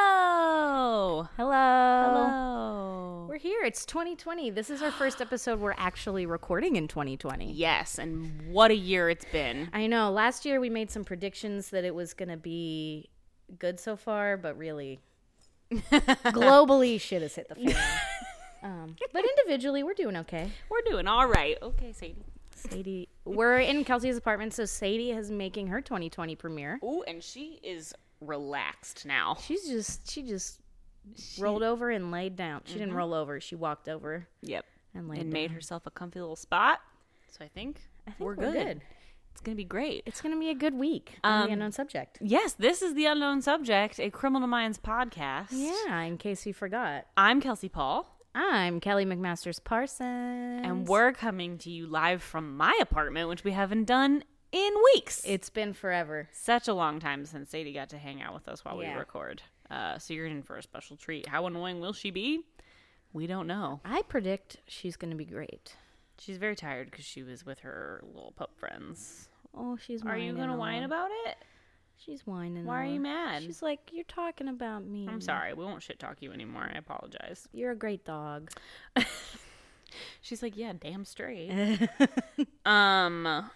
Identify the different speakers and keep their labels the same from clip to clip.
Speaker 1: Hello. Hello.
Speaker 2: We're here. It's 2020. This is our first episode we're actually recording in 2020.
Speaker 1: Yes, and what a year it's been.
Speaker 2: I know. Last year we made some predictions that it was going to be good so far, but really, globally, shit has hit the fan. um, but individually, we're doing okay.
Speaker 1: We're doing all right. Okay, Sadie.
Speaker 2: Sadie, we're in Kelsey's apartment, so Sadie is making her 2020 premiere.
Speaker 1: Ooh, and she is relaxed now.
Speaker 2: She's just, she just rolled over and laid down. She didn't roll over. She walked over
Speaker 1: Yep.
Speaker 2: and laid
Speaker 1: Mm-hmm. And
Speaker 2: down.
Speaker 1: made herself a comfy little spot. So I think,
Speaker 2: I think
Speaker 1: we're,
Speaker 2: we're
Speaker 1: good.
Speaker 2: good.
Speaker 1: It's going to be great.
Speaker 2: It's going to be a good week. on
Speaker 1: Um,
Speaker 2: the unknown subject.
Speaker 1: yes, this is The Unknown Subject, a Criminal Minds podcast.
Speaker 2: Yeah, in case you forgot.
Speaker 1: I'm Kelsey Paul,
Speaker 2: I'm Kelly McMaster's Parson.
Speaker 1: and we're coming to you live from my apartment, which we haven't done in weeks.
Speaker 2: It's been forever.
Speaker 1: such a long time since Sadie got to hang out with us while
Speaker 2: Yeah.
Speaker 1: we record. Uh, so you're in for a special treat. How annoying will she be? We don't know.
Speaker 2: I predict she's going to be great.
Speaker 1: She's very tired because she was with her little pup friends.
Speaker 2: Oh, she's
Speaker 1: Are you going to whine about it?
Speaker 2: She's whining.
Speaker 1: Why are
Speaker 2: on.
Speaker 1: you mad?
Speaker 2: She's like, you're talking about me.
Speaker 1: I'm sorry. We won't shit talk you anymore. I apologize.
Speaker 2: You're a great dog.
Speaker 1: She's like, yeah, damn straight. um,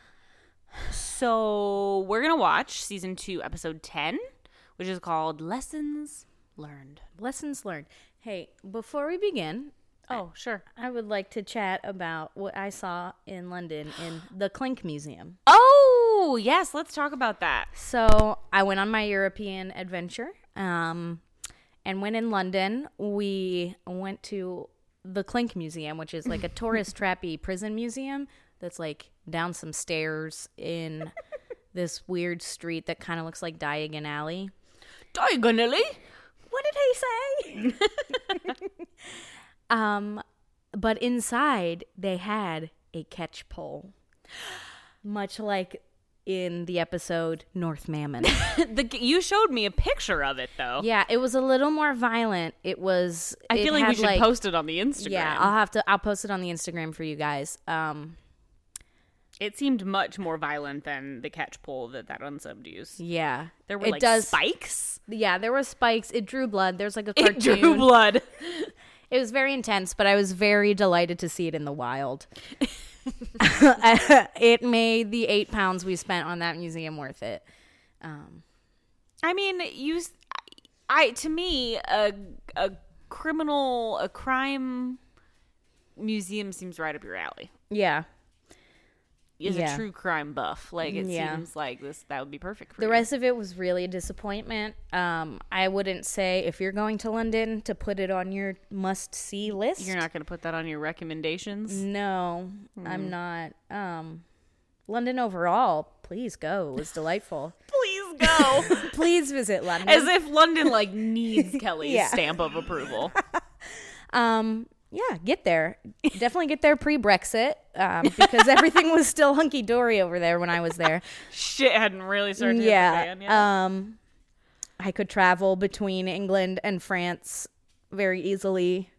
Speaker 1: so we're going to watch season two, episode 10, which is called Lessons Learned.
Speaker 2: Lessons learned. Hey, before we begin,
Speaker 1: Oh, sure.
Speaker 2: I would like to chat about what I saw in London in the Clink Museum.
Speaker 1: Oh, yes. Let's talk about that.
Speaker 2: So I went on my European adventure. Um, and when in London, we went to the Clink Museum, which is like a tourist trappy prison museum that's like down some stairs in this weird street that kind of looks like Diagon Alley.
Speaker 1: Diagonally?
Speaker 2: What did he say? um, but inside they had a catch pole, much like in the episode North Mammon.
Speaker 1: the, you showed me a picture of it though.
Speaker 2: yeah, it was a little more violent. It was.
Speaker 1: I
Speaker 2: it
Speaker 1: feel like we
Speaker 2: had,
Speaker 1: should post it on the Instagram.
Speaker 2: Yeah, uh, I'll have to. I'll post it on the Instagram for you guys. Um,
Speaker 1: it seemed much more violent than the catch pole that that unsubbed used.
Speaker 2: yeah,
Speaker 1: There were
Speaker 2: it
Speaker 1: like
Speaker 2: does.
Speaker 1: spikes.
Speaker 2: yeah, there were spikes. It drew blood. There's like a
Speaker 1: It
Speaker 2: cartoon.
Speaker 1: drew blood.
Speaker 2: It was very intense, but I was very delighted to see it in the wild. it made the eight pounds we spent on that museum worth it.
Speaker 1: I mean, you. s- I to me a a criminal a crime museum seems right up your alley.
Speaker 2: Yeah.
Speaker 1: Is
Speaker 2: Yeah.
Speaker 1: a true crime buff. Like it
Speaker 2: Yeah.
Speaker 1: seems like this that would be perfect for
Speaker 2: The
Speaker 1: you.
Speaker 2: rest of it was really a disappointment. Um, I wouldn't say if you're going to London to put it on your must see list.
Speaker 1: You're not going to put that on your recommendations.
Speaker 2: No, I'm not. Um, London overall, please go. It was delightful.
Speaker 1: Please go.
Speaker 2: please visit London.
Speaker 1: As if London like needs Kelly's
Speaker 2: Yeah.
Speaker 1: stamp of approval.
Speaker 2: um yeah get there definitely get there pre-brexit um, because everything was still hunky-dory over there when i was there
Speaker 1: Shit hadn't really started to hit the
Speaker 2: yeah
Speaker 1: fan yet.
Speaker 2: um i could travel between england and france very easily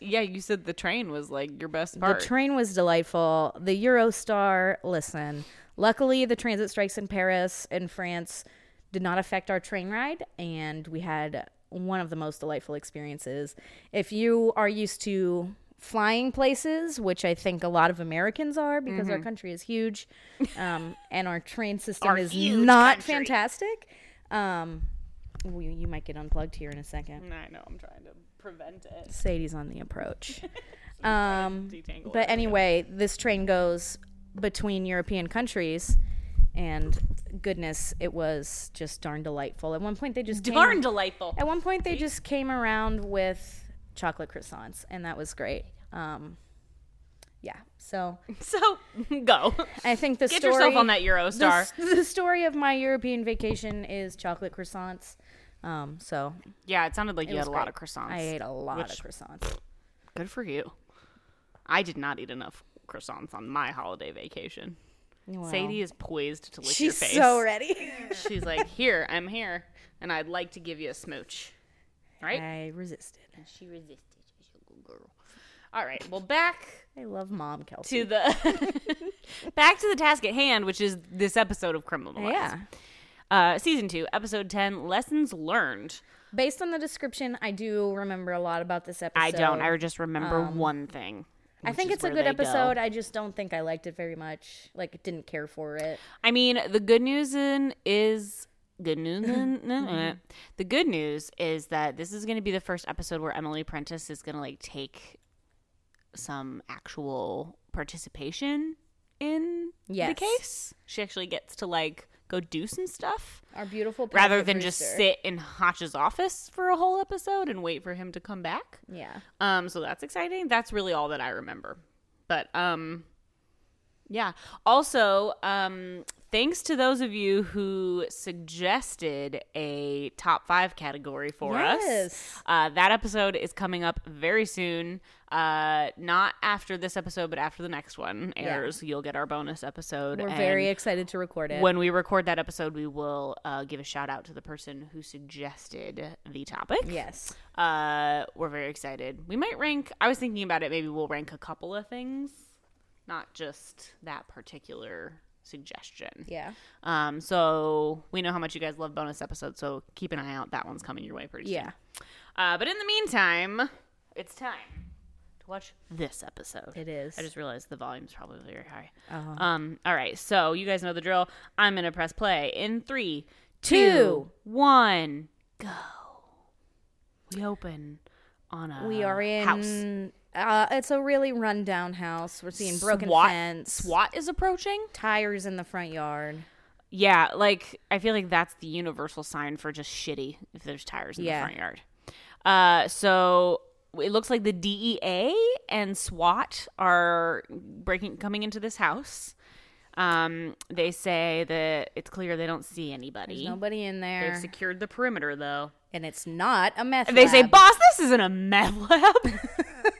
Speaker 1: yeah, you said the train was like your best part.
Speaker 2: The train was delightful. The Eurostar, listen. Luckily, the transit strikes in Paris and France did not affect our train ride, and we had one of the most delightful experiences. If you are used to flying places, which I think a lot of Americans are because our country is huge um, and our train system
Speaker 1: Mm-hmm. Our
Speaker 2: is
Speaker 1: huge
Speaker 2: not
Speaker 1: country.
Speaker 2: fantastic, um, we, you might get unplugged here in a second.
Speaker 1: I know, I'm trying to prevent it.
Speaker 2: Sadie's on the approach. um,
Speaker 1: Detangle
Speaker 2: but anyway, this train goes between European countries, and goodness, it was just darn delightful. At one point, they just
Speaker 1: Darn
Speaker 2: Came,
Speaker 1: delightful.
Speaker 2: at one point, they just came around with chocolate croissants, and that was great. Um, yeah, so
Speaker 1: So go.
Speaker 2: I think the
Speaker 1: Get
Speaker 2: story
Speaker 1: yourself on that
Speaker 2: the,
Speaker 1: Eurostar.
Speaker 2: s- the story of my European vacation is chocolate croissants. Um, so
Speaker 1: yeah, it sounded like you had
Speaker 2: was
Speaker 1: a lot
Speaker 2: great.
Speaker 1: of croissants.
Speaker 2: I ate a lot
Speaker 1: Which-
Speaker 2: of croissants.
Speaker 1: Good for you. I did not eat enough croissants on my holiday vacation.
Speaker 2: Wow.
Speaker 1: Sadie is poised to lick your
Speaker 2: She's
Speaker 1: face.
Speaker 2: so ready.
Speaker 1: She's like, "Here, I'm here, and I'd like to give you a smooch." Right?
Speaker 2: I resisted.
Speaker 1: And she resisted. She's a good girl. All right. Well, back
Speaker 2: I love mom, Kelsey.
Speaker 1: to the back to the task at hand, which is this episode of Criminal Minds.
Speaker 2: Yeah.
Speaker 1: Uh, season two, episode ten, lessons learned.
Speaker 2: Based on the description, I do remember a lot about this episode.
Speaker 1: I don't. I just remember one thing.
Speaker 2: um, I
Speaker 1: which
Speaker 2: think
Speaker 1: is
Speaker 2: it's a
Speaker 1: where
Speaker 2: good
Speaker 1: they go.
Speaker 2: episode. I just don't think I liked it very much. Like, didn't care for it.
Speaker 1: I mean, the good news in is good news. in- uh, the good news is that this is going to be the first episode where Emily Prentice is going to like take some actual participation in the
Speaker 2: Yes.
Speaker 1: case. She actually gets to like go do some stuff
Speaker 2: Our beautiful
Speaker 1: rather
Speaker 2: Patrick
Speaker 1: than just
Speaker 2: Brewster.
Speaker 1: sit in Hotch's office for a whole episode and wait for him to come back.
Speaker 2: Yeah.
Speaker 1: Um, so that's exciting. That's really all that I remember. But um, yeah. Also, um, thanks to those of you who suggested a top five category for us.
Speaker 2: Yes.
Speaker 1: Uh, that episode is coming up very soon. Uh, not after this episode, but after the next one airs, you'll get our bonus episode.
Speaker 2: We're
Speaker 1: and
Speaker 2: very excited to record it.
Speaker 1: when we record that episode, we will uh, give a shout out to the person who suggested the topic.
Speaker 2: yes.
Speaker 1: Uh, we're very excited. We might rank. I was thinking about it. Maybe we'll rank a couple of things, not just that particular suggestion.
Speaker 2: Yeah.
Speaker 1: Um, so we know how much you guys love bonus episodes, so keep an eye out. That one's coming your way pretty
Speaker 2: Yeah.
Speaker 1: soon. Uh, but in the meantime, it's time to watch this episode.
Speaker 2: It is.
Speaker 1: I just realized the volume's probably very high.
Speaker 2: Uh-huh.
Speaker 1: Um, all right, so you guys know the drill. I'm gonna press play in three, two,
Speaker 2: Two.
Speaker 1: one, go. We open on a
Speaker 2: we are in.
Speaker 1: house.
Speaker 2: Uh, it's a really rundown house. We're seeing broken
Speaker 1: SWAT,
Speaker 2: fence,
Speaker 1: SWAT is approaching.
Speaker 2: tires in the front yard.
Speaker 1: Yeah, like I feel like that's the universal sign for just shitty if there's tires in
Speaker 2: Yeah.
Speaker 1: the front yard. Uh, so it looks like the DEA and SWAT are breaking coming into this house. Um, they say that it's clear they don't see anybody.
Speaker 2: There's nobody in there,
Speaker 1: They've secured the perimeter though.
Speaker 2: and it's not a meth.
Speaker 1: They say,
Speaker 2: lab.
Speaker 1: "Boss, this isn't a meth lab."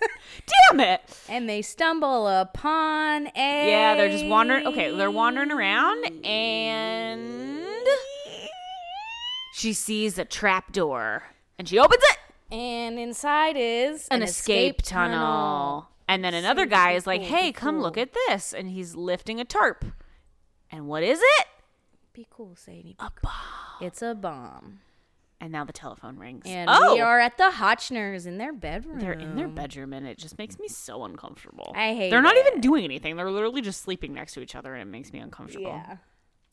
Speaker 1: Damn it!
Speaker 2: and they stumble upon a.
Speaker 1: Yeah, they're just wandering. Okay, they're wandering around, and she sees a trap door, and she opens it.
Speaker 2: And inside is
Speaker 1: An, escape, tunnel. And then another
Speaker 2: Seems
Speaker 1: guy
Speaker 2: pretty
Speaker 1: is like,
Speaker 2: cool,
Speaker 1: "Hey,
Speaker 2: pretty
Speaker 1: come look
Speaker 2: cool.
Speaker 1: at this!" And he's lifting a tarp. And what is it?
Speaker 2: Be cool, Sadie.
Speaker 1: A bomb.
Speaker 2: It's a bomb.
Speaker 1: And now the telephone rings.
Speaker 2: And
Speaker 1: oh,
Speaker 2: we are at the Hotchners in their bedroom.
Speaker 1: they're in their bedroom, and it just makes me so uncomfortable.
Speaker 2: Um, I hate
Speaker 1: They're not
Speaker 2: it.
Speaker 1: even doing anything. They're literally just sleeping next to each other, and it makes me uncomfortable.
Speaker 2: Yeah.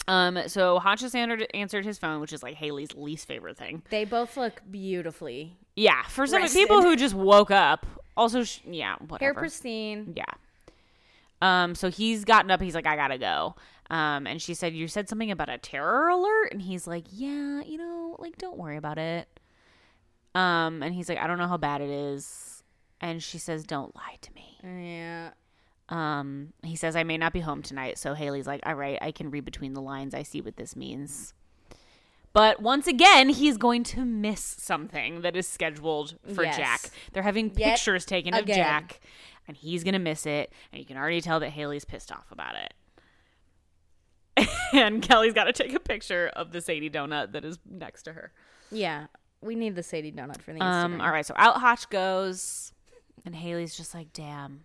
Speaker 1: Um, so Hodges answered, answered his phone, which is like Haley's least favorite thing.
Speaker 2: They both look beautifully.
Speaker 1: Yeah, for some
Speaker 2: Rested.
Speaker 1: people who just woke up. Also, sh- yeah,
Speaker 2: Hair
Speaker 1: whatever.
Speaker 2: pristine.
Speaker 1: yeah. Um, so he's gotten up. He's like, I gotta go. Um, and she said, you said something about a terror alert, and he's like, yeah, you know, like don't worry about it. Um, and he's like, I don't know how bad it is, and she says, don't lie to me.
Speaker 2: Yeah.
Speaker 1: Um, he says, I may not be home tonight. So Haley's like, all right, I can read between the lines. I see what this means. But once again, he's going to miss something that is scheduled for
Speaker 2: Yes.
Speaker 1: Jack. They're having
Speaker 2: Yet
Speaker 1: pictures taken of
Speaker 2: again.
Speaker 1: Jack, and he's going to miss it. And you can already tell that Haley's pissed off about it. and Kelly's got to take a picture of the Sadie donut that is next to her.
Speaker 2: Yeah. We need the Sadie donut for the Instagram.
Speaker 1: Um, all right, so out Hotch goes, and Haley's just like, damn,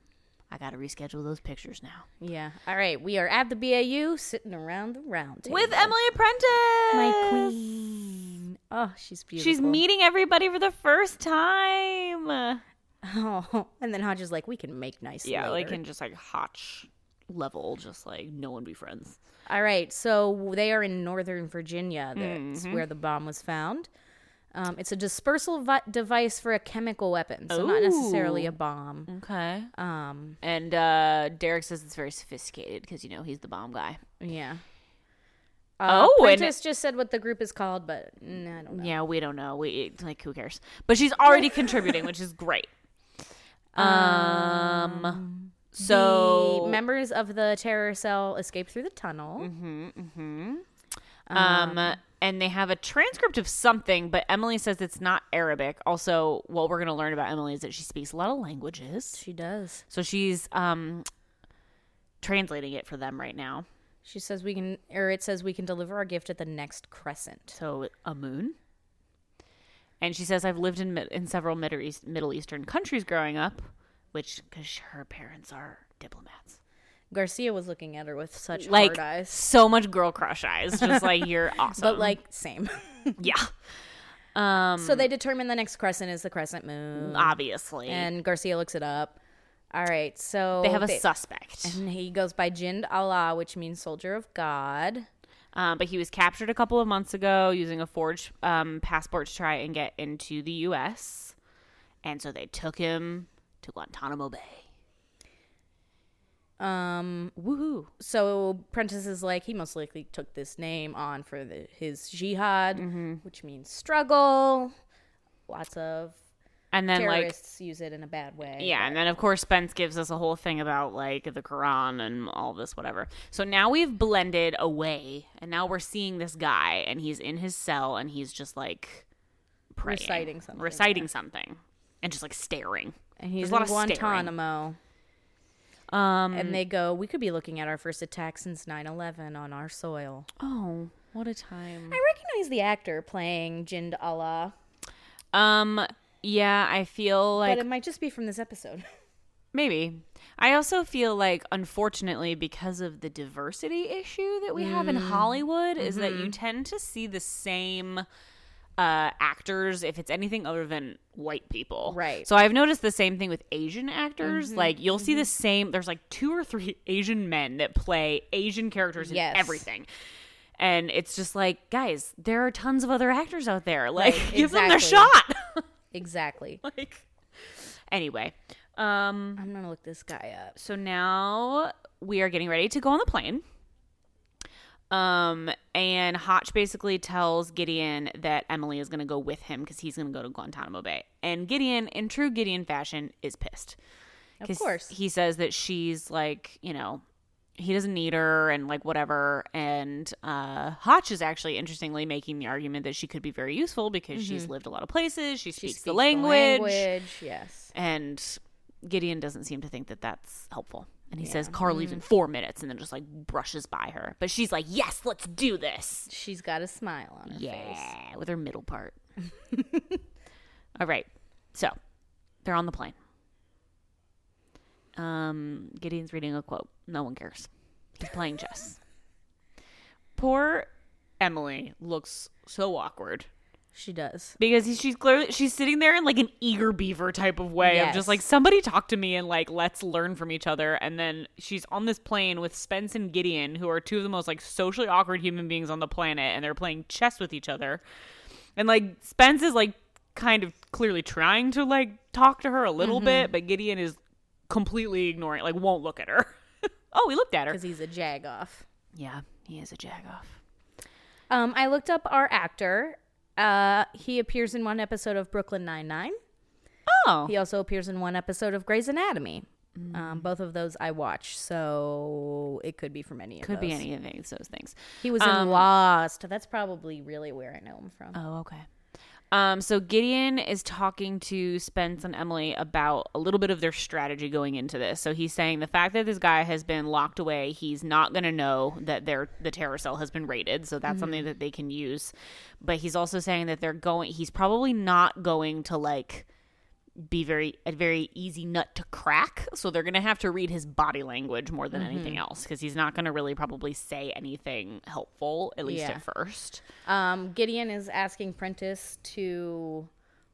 Speaker 1: I got to reschedule those pictures now.
Speaker 2: Yeah. All right. We are at the BAU sitting around the round table.
Speaker 1: with Emily Apprentice,
Speaker 2: my queen. Oh, she's beautiful.
Speaker 1: She's meeting everybody for the first time.
Speaker 2: Oh, and then Hodge is like, we can make nice.
Speaker 1: Yeah,
Speaker 2: later.
Speaker 1: like in just like hotch level, just like no one be friends.
Speaker 2: All right. So they are in Northern Virginia. That's
Speaker 1: Mm-hmm.
Speaker 2: where the bomb was found. Um, it's a dispersal vi- device for a chemical weapon, so not necessarily
Speaker 1: Ooh.
Speaker 2: a bomb.
Speaker 1: Okay.
Speaker 2: Um,
Speaker 1: And uh Derek says it's very sophisticated because you know he's the bomb guy.
Speaker 2: yeah. Uh,
Speaker 1: Oh, and-
Speaker 2: Prentice just said what the group is called, but mm, I don't know.
Speaker 1: Yeah, we don't know. We like who cares? But she's already contributing, which is great. Um. so
Speaker 2: the members of the terror cell escaped through the tunnel.
Speaker 1: Mm-hmm. Um, and they have a transcript of something, but Emily says it's not Arabic. Also, what we're going to learn about Emily is that she speaks a lot of languages.
Speaker 2: She does.
Speaker 1: So she's um, translating it for them right now.
Speaker 2: She says we can, or it says we can deliver our gift at the next crescent.
Speaker 1: So a moon. And she says, "I've lived in mid- in several Middle, East- Middle Eastern countries growing up, which because her parents are diplomats,
Speaker 2: Garcia was looking at her with such
Speaker 1: like
Speaker 2: hard eyes,
Speaker 1: so much girl crush eyes, just like you're awesome,
Speaker 2: but like same.
Speaker 1: yeah, um,
Speaker 2: so they determine the next crescent is the crescent moon,
Speaker 1: obviously,
Speaker 2: and Garcia looks it up. All right, so
Speaker 1: they have a suspect,
Speaker 2: and he goes by Jind Allah, which means soldier of God.
Speaker 1: um, but he was captured a couple of months ago using a forged um, passport to try and get into the U.S., and so they took him to Guantanamo Bay.
Speaker 2: Um,
Speaker 1: Woohoo!
Speaker 2: so Prentice is like he most likely took this name on for the, his jihad, which means struggle. Lots of
Speaker 1: And then like
Speaker 2: terrorists use it in a bad way.
Speaker 1: Yeah, and then of course Spence gives us a whole thing about like the Quran and all this whatever. So now we've blended away, and now we're seeing this guy, and he's in his cell, and he's just like praying,
Speaker 2: Reciting something,
Speaker 1: reciting something, and just like staring.
Speaker 2: and he's
Speaker 1: There's a lot
Speaker 2: in
Speaker 1: of staring.
Speaker 2: Guantanamo,
Speaker 1: Um.
Speaker 2: and they go, "We could be looking at our first attack since 9/11 on our soil."
Speaker 1: oh, what a time.
Speaker 2: I recognize the actor playing Jind Allah,
Speaker 1: Um. Yeah, I feel like
Speaker 2: but it might just be from this episode.
Speaker 1: Maybe. I also feel like, unfortunately, because of the diversity issue that we have in
Speaker 2: Mm.
Speaker 1: Hollywood, is that
Speaker 2: Mm-hmm.
Speaker 1: you tend to see the same uh, actors if it's anything other than white people.
Speaker 2: Right. Mm-hmm.
Speaker 1: So I've noticed the same thing with Asian actors. Like, you'll see the same, there's like two or three Asian men that play Asian characters
Speaker 2: Yes.
Speaker 1: in everything. And it's just like, guys, there are tons of other actors out there. Like,
Speaker 2: Right,
Speaker 1: give them their
Speaker 2: exactly.
Speaker 1: shot.
Speaker 2: exactly.
Speaker 1: like, anyway. Um,
Speaker 2: I'm gonna look this guy up.
Speaker 1: so now we are getting ready to go on the plane. Um, and Hotch basically tells Gideon that Emily is going to go with him because he's going to go to Guantanamo Bay. And Gideon, in true Gideon fashion, is pissed.
Speaker 2: Of
Speaker 1: 'Cause
Speaker 2: course.
Speaker 1: He says that she's like, you know, he doesn't need her and like whatever. And uh, Hotch is actually interestingly making the argument that she could be very useful because she's lived a lot of places, Mm-hmm. she, speaks, the language.
Speaker 2: Yes.
Speaker 1: And Gideon doesn't seem to think that that's helpful. And he says, Car leaves in four minutes and then just like brushes by her. But she's like, Yes, let's do this.
Speaker 2: She's got a smile on her face.
Speaker 1: Yeah, with her middle part. All right. So they're on the plane. Um, Gideon's reading a quote. No one cares. He's playing chess. Poor Emily looks so awkward
Speaker 2: She does.
Speaker 1: because he, she's clearly she's sitting there in like an eager beaver type of way of
Speaker 2: Yes.
Speaker 1: just like somebody talk to me and like let's learn from each other and then she's on this plane with spence and gideon who are two of the most like socially awkward human beings on the planet and they're playing chess with each other and like spence is like kind of clearly trying to like talk to her a little bit but gideon is completely ignoring like won't look at her oh he looked at her
Speaker 2: Because he's a jag off.
Speaker 1: yeah he is a jagoff
Speaker 2: Um, I looked up our actor. Uh, he appears in one episode of Brooklyn Nine-Nine.
Speaker 1: oh
Speaker 2: He also appears in one episode of Grey's Anatomy. Um, both of those I watch, so it could be from any Um, of
Speaker 1: could be
Speaker 2: those.
Speaker 1: any of these- those things
Speaker 2: He was in Lost. That's probably really where I know him from.
Speaker 1: Oh, okay. Um, so Gideon is talking to Spence and Emily about a little bit of their strategy going into this. So he's saying the fact that this guy has been locked away, he's not going to know that their the terror cell has been raided. So that's something that they can use. But he's also saying that they're going. He's probably not going to like be very a very easy nut to crack. So they're going to have to read his body language more than anything else because he's not going to really probably say anything helpful at least
Speaker 2: Yeah.
Speaker 1: at first.
Speaker 2: Um, Gideon is asking Prentice to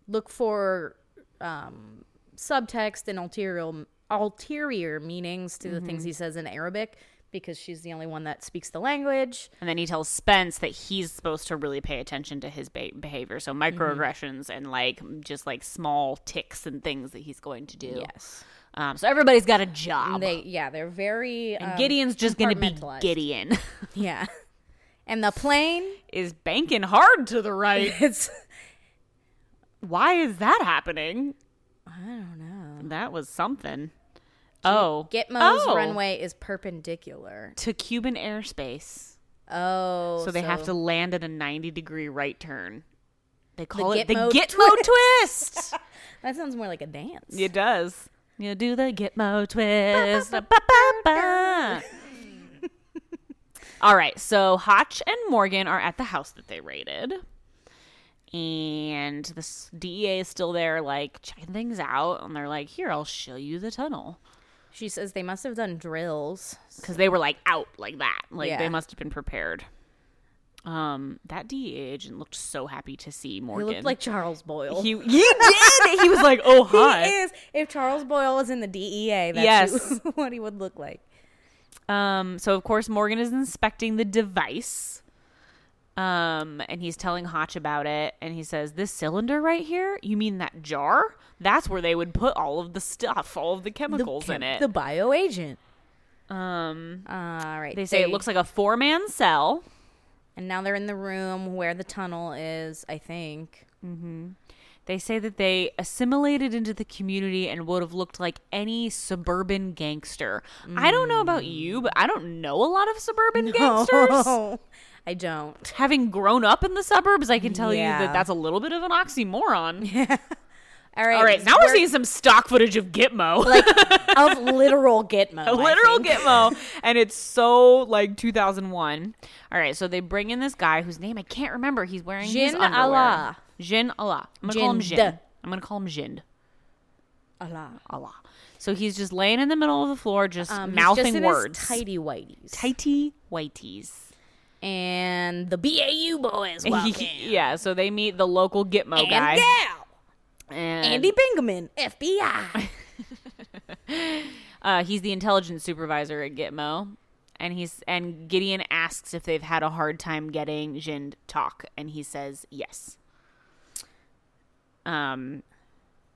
Speaker 2: look for um, subtext and ulterior ulterior meanings to
Speaker 1: Mm-hmm.
Speaker 2: the things he says in Arabic because she's the only one that speaks the language.
Speaker 1: And then he tells Spence that he's supposed to really pay attention to his ba- behavior. So
Speaker 2: Mm-hmm.
Speaker 1: microaggressions and like just like small ticks and things that he's going to do.
Speaker 2: Yes,
Speaker 1: Um, so everybody's got a job.
Speaker 2: they yeah they're very um,
Speaker 1: Gideon's just going to be
Speaker 2: compartmentalized.
Speaker 1: Gideon.
Speaker 2: yeah, and the plane
Speaker 1: is banking hard to the right.
Speaker 2: it's
Speaker 1: Why is that happening?
Speaker 2: I don't know
Speaker 1: That was something. Oh.
Speaker 2: Gitmo's
Speaker 1: Oh.
Speaker 2: runway is perpendicular.
Speaker 1: To Cuban airspace.
Speaker 2: Oh,
Speaker 1: So they have to land at a 90 degree right turn. They call it
Speaker 2: Gitmo
Speaker 1: the Gitmo twist.
Speaker 2: that sounds more like a dance.
Speaker 1: It does. You do the Gitmo twist. Ba, ba, ba, ba. All right, so Hotch and Morgan are at the house that they raided. And this DEA is still there, like checking things out. And they're like, here, I'll show you the tunnel.
Speaker 2: She says they must have done drills.
Speaker 1: Because they were like out like that. Like
Speaker 2: Yeah.
Speaker 1: they must have been prepared. Um, that DEA agent looked so happy to see Morgan.
Speaker 2: He looked like Charles Boyle.
Speaker 1: he, he did. He was like, oh,
Speaker 2: He
Speaker 1: hi.
Speaker 2: is. If Charles Boyle was in the DEA, that's
Speaker 1: Yes.
Speaker 2: who- what he would look like.
Speaker 1: Um, so of course Morgan is inspecting the device. Um, and he's telling Hotch about it, and he says, This cylinder right here, you mean that jar? That's where they would put all of the stuff, all of the chemicals in it.
Speaker 2: The bio agent.
Speaker 1: um
Speaker 2: All right.
Speaker 1: they say it looks like a four man cell.
Speaker 2: And now they're in the room where the tunnel is, I think.
Speaker 1: They say that they assimilated into the community and would have looked like any suburban gangster. I don't know about you, but I don't know a lot of suburban gangsters.
Speaker 2: Oh, I don't.
Speaker 1: having grown up in the suburbs, I can tell you
Speaker 2: Yeah.
Speaker 1: that that's a little bit of an oxymoron.
Speaker 2: All right.
Speaker 1: All right, now we're,
Speaker 2: we're-
Speaker 1: seeing some stock footage of Gitmo, like
Speaker 2: of literal Gitmo. I
Speaker 1: literal
Speaker 2: think.
Speaker 1: Gitmo, and it's so like 2001. All right, so they bring in this guy whose name I can't remember. He's wearing his
Speaker 2: Jin
Speaker 1: underwear.
Speaker 2: Allah.
Speaker 1: Jin Allah. I'm gonna call him
Speaker 2: Jind.
Speaker 1: Jin. I'm gonna call him Jind
Speaker 2: Allah.
Speaker 1: Allah. So he's just laying in the middle of the floor, just
Speaker 2: Um, he's
Speaker 1: mouthing
Speaker 2: just in his
Speaker 1: words.
Speaker 2: Tidy whiteys.
Speaker 1: Tighty whiteys.
Speaker 2: and the BAU boys walk in.
Speaker 1: yeah, so they meet the local Gitmo
Speaker 2: And
Speaker 1: guy.
Speaker 2: gal.
Speaker 1: and
Speaker 2: Andy Bingaman, FBI.
Speaker 1: Uh, he's the intelligence supervisor at Gitmo, and he's and Gideon asks if they've had a hard time getting Jin to talk, and he says yes. Um,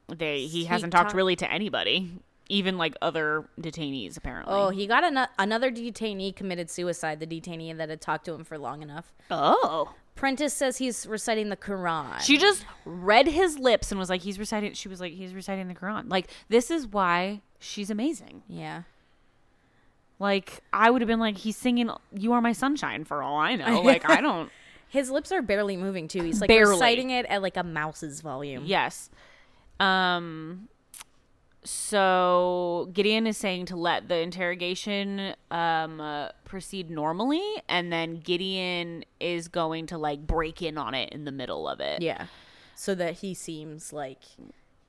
Speaker 1: they he,
Speaker 2: He
Speaker 1: hasn't talked
Speaker 2: talk-
Speaker 1: really to anybody, even like other detainees apparently.
Speaker 2: Oh, he got an- another detainee committed suicide, the detainee that had talked to him for long enough.
Speaker 1: oh,
Speaker 2: Prentice says he's reciting the Quran.
Speaker 1: she just read his lips and was like, he's reciting. She was like, he's reciting the Quran. Like this is why she's amazing.
Speaker 2: yeah.
Speaker 1: Like I would have been like, he's singing "You Are My Sunshine" for all I know. Like I don't.
Speaker 2: His lips are barely moving too. He's like
Speaker 1: Barely.
Speaker 2: reciting it at like a mouse's volume.
Speaker 1: Yes. Um so Gideon is saying to let the interrogation um uh, proceed normally and then Gideon is going to like break in on it in the middle of it.
Speaker 2: Yeah. So that he seems like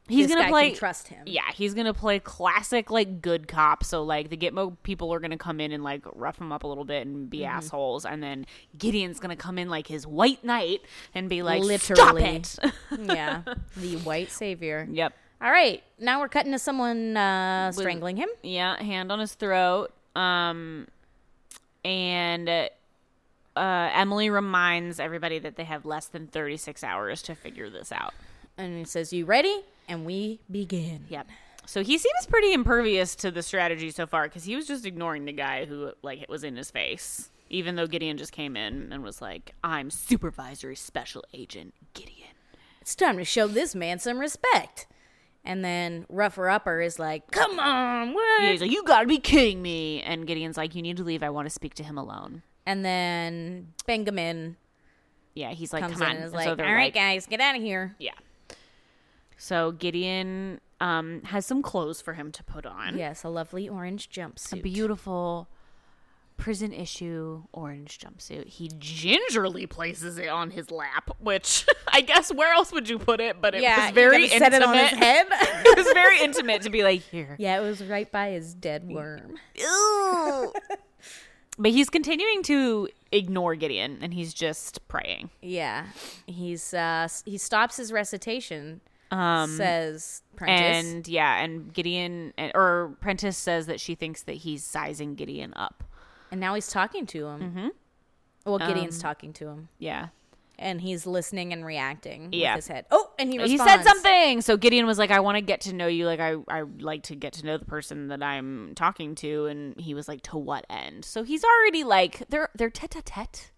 Speaker 1: He's
Speaker 2: this
Speaker 1: going to
Speaker 2: guy
Speaker 1: play
Speaker 2: can trust him.
Speaker 1: Yeah, he's going to play classic like good cop. So like the Gitmo people are going to come in and like rough him up a little bit and
Speaker 2: Mm-hmm.
Speaker 1: be assholes and then Gideon's going to come in like his white knight and be like
Speaker 2: Literally.
Speaker 1: stop it.
Speaker 2: yeah. The white savior.
Speaker 1: yep.
Speaker 2: All right. Now we're cutting to someone uh, strangling him.
Speaker 1: Yeah, hand on his throat. Um, and uh, Emily reminds everybody that they have less than 36 hours to figure this out.
Speaker 2: And he says, You ready? And we begin.
Speaker 1: Yep. So he seems pretty impervious to the strategy so far because he was just ignoring the guy who like was in his face, even though Gideon just came in and was like, "I'm supervisory special agent Gideon."
Speaker 2: It's time to show this man some respect. And then Rougher Upper is like, Come on, what?
Speaker 1: Yeah, he's like, "You gotta be kidding me!" And Gideon's like, "You need to leave. I want to speak to him alone."
Speaker 2: And then Benjamin
Speaker 1: Yeah, he's like,
Speaker 2: comes
Speaker 1: "Come
Speaker 2: in
Speaker 1: on!"
Speaker 2: and is
Speaker 1: so
Speaker 2: like, All
Speaker 1: they're
Speaker 2: right, guys, get out of here.
Speaker 1: Yeah. So Gideon um, has some clothes for him to put on.
Speaker 2: Yes, a lovely orange jumpsuit.
Speaker 1: Beautiful prison issue orange jumpsuit. He gingerly places it on his lap, which I guess where else would you put it? But it was very
Speaker 2: you gotta set it
Speaker 1: intimate.
Speaker 2: on his head.
Speaker 1: It was very intimate to be like here.
Speaker 2: yeah, it was right by his dead worm.
Speaker 1: But he's continuing to ignore Gideon and he's just praying.
Speaker 2: Yeah, he's uh s- he stops his recitation. says Prentice.
Speaker 1: Um, And yeah, and Gideon eh, or Prentice says that she thinks that he's sizing Gideon up.
Speaker 2: And now he's talking to him. Mm-hmm. Well, Gideon's
Speaker 1: Um,
Speaker 2: talking to him,
Speaker 1: Yeah.
Speaker 2: and he's listening and reacting
Speaker 1: Yeah.
Speaker 2: with his head. Oh, and he
Speaker 1: he
Speaker 2: responds.
Speaker 1: said something so gideon was like i want to get to know you like i i like to get to know the person that i'm talking to and he was like to what end so he's already like their their tete-a-tete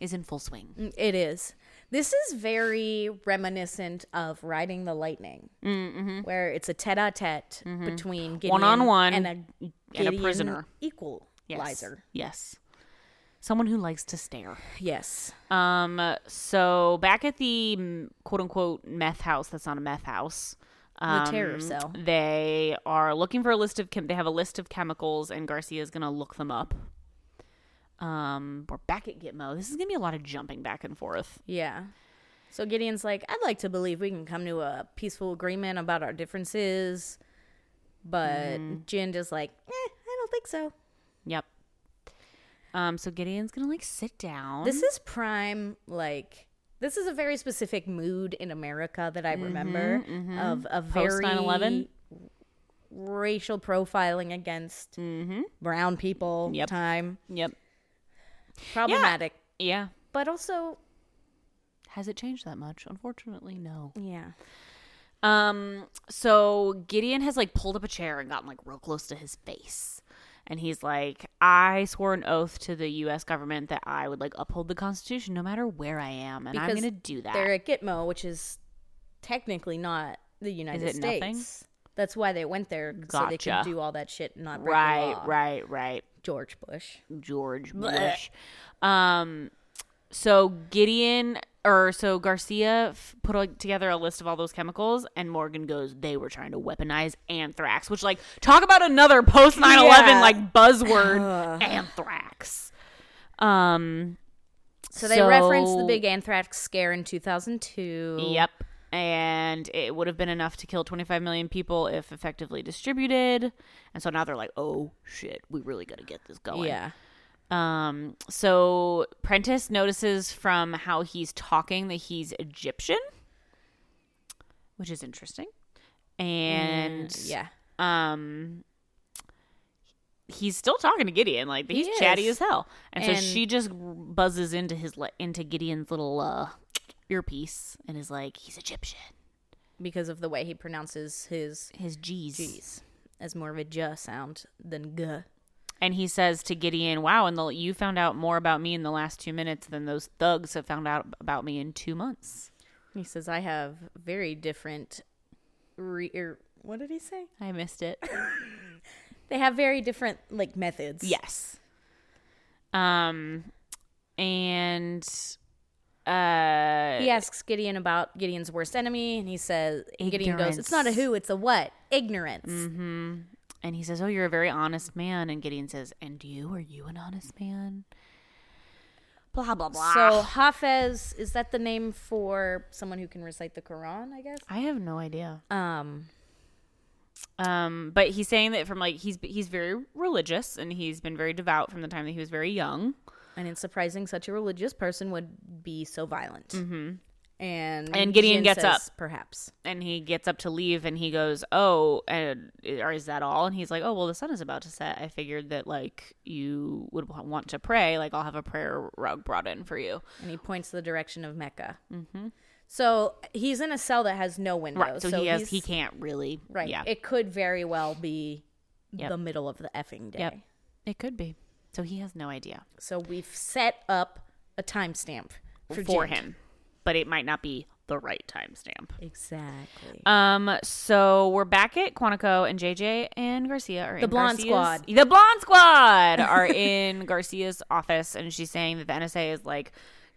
Speaker 1: is in full swing
Speaker 2: It is. This is very reminiscent of Riding the Lightning, mm-hmm. where it's a tete-a-tete between Gideon
Speaker 1: One-on-one
Speaker 2: and a
Speaker 1: and a
Speaker 2: Gideon
Speaker 1: prisoner. yes
Speaker 2: equalizer.
Speaker 1: yes someone who likes to stare
Speaker 2: Yes.
Speaker 1: um so back at the mm, quote-unquote meth house that's not a meth house um,
Speaker 2: terror cell.
Speaker 1: They are looking for a list of chem- they have a list of chemicals, and Garcia is gonna look them up. Um, we're back at Gitmo. This is gonna be a lot of jumping back and forth.
Speaker 2: Yeah. So Gideon's like, I'd like to believe we can come to a peaceful agreement about our differences, but Jin just like, eh, I don't think so.
Speaker 1: Yep. Um, so Gideon's gonna like sit down.
Speaker 2: This is prime like this is a very specific mood in America that I remember of a
Speaker 1: Mm-hmm, Post
Speaker 2: very
Speaker 1: 9/11?
Speaker 2: racial profiling against brown people
Speaker 1: Mm-hmm. Yep.
Speaker 2: time
Speaker 1: yep.
Speaker 2: problematic,
Speaker 1: Yeah.
Speaker 2: but also
Speaker 1: Has it changed that much? Unfortunately, no.
Speaker 2: yeah.
Speaker 1: Um, so Gideon has like pulled up a chair and gotten like real close to his face. And he's like, I swore an oath to the US government that I would like uphold the Constitution no matter where I am. And I'm
Speaker 2: Because
Speaker 1: gonna do that.
Speaker 2: They're at Gitmo, which is technically not the United
Speaker 1: it
Speaker 2: States.
Speaker 1: nothing?
Speaker 2: That's why they went there so they could
Speaker 1: Gotcha.
Speaker 2: do all that shit and not break the
Speaker 1: right,
Speaker 2: law.
Speaker 1: right, right.
Speaker 2: George Bush.
Speaker 1: George Bush. Um, so Gideon or so Garcia f- put like, together a list of all those chemicals, and Morgan goes, "They were trying to weaponize anthrax," which like talk about another post 9
Speaker 2: Yeah.
Speaker 1: 11 like buzzword, anthrax. Um.
Speaker 2: So they referenced the big anthrax scare in 2002.
Speaker 1: Yep. And it would have been enough to kill 25 million people if effectively distributed. And so now they're like, oh shit, we really got to get this going.
Speaker 2: Yeah.
Speaker 1: Um, so Prentice notices from how he's talking that he's Egyptian, which is interesting. And
Speaker 2: Mm, Yeah.
Speaker 1: um, he's still talking to Gideon. Like he's
Speaker 2: is.
Speaker 1: chatty as hell. And,
Speaker 2: And-
Speaker 1: so she just buzzes into his li- into Gideon's little uh, earpiece and is like, "He's Egyptian.
Speaker 2: Because of the way he pronounces his
Speaker 1: His G's."
Speaker 2: G's as more of a J sound than G.
Speaker 1: And he says to Gideon, "Wow, and the, you found out more about me in the last two minutes than those thugs have found out about me in two months."
Speaker 2: He says, I have very different. Re- er, what did he say?
Speaker 1: I missed it.
Speaker 2: They have very different like methods.
Speaker 1: Yes. Um, and uh,
Speaker 2: He asks Gideon about Gideon's worst enemy, and he says, Gideon goes,
Speaker 1: Ignorance.
Speaker 2: It's not a who, it's a what. Ignorance.
Speaker 1: Mm-hmm. and he says, "Oh, you're a very honest man." And Gideon says, "And you are you an honest man?" Blah blah blah.
Speaker 2: So, Hafez, is that the name for someone who can recite the Quran, I guess?
Speaker 1: I have no idea.
Speaker 2: Um,
Speaker 1: Um, but he's saying that from like he's he's very religious and he's been very devout from the time that he was very young.
Speaker 2: and it's surprising such a religious person would be so violent. Mm-hmm. And,
Speaker 1: And Gideon
Speaker 2: Jin
Speaker 1: gets
Speaker 2: says, Perhaps.
Speaker 1: and he gets up to leave and he goes oh and or is that all and he's like oh well the sun is about to set i figured that like you would wa- want to pray like i'll have a prayer rug brought in for you
Speaker 2: And he points the direction of Mecca. Mm-hmm. So, he's in a cell that has no window.
Speaker 1: right so, he has
Speaker 2: he's-
Speaker 1: he can't really
Speaker 2: Right.
Speaker 1: yeah it,
Speaker 2: It could very well be
Speaker 1: Yep.
Speaker 2: the middle of the effing day.
Speaker 1: Yep. could be so he has no idea
Speaker 2: So we've set up a timestamp
Speaker 1: for,
Speaker 2: for, Jake.
Speaker 1: him but it might not be the right timestamp
Speaker 2: Exactly.
Speaker 1: um so we're back at quantico and jj and garcia are the in
Speaker 2: Blonde
Speaker 1: Garcia's-
Speaker 2: Squad.
Speaker 1: the blonde squad are in garcia's office and she's saying that the nsa is like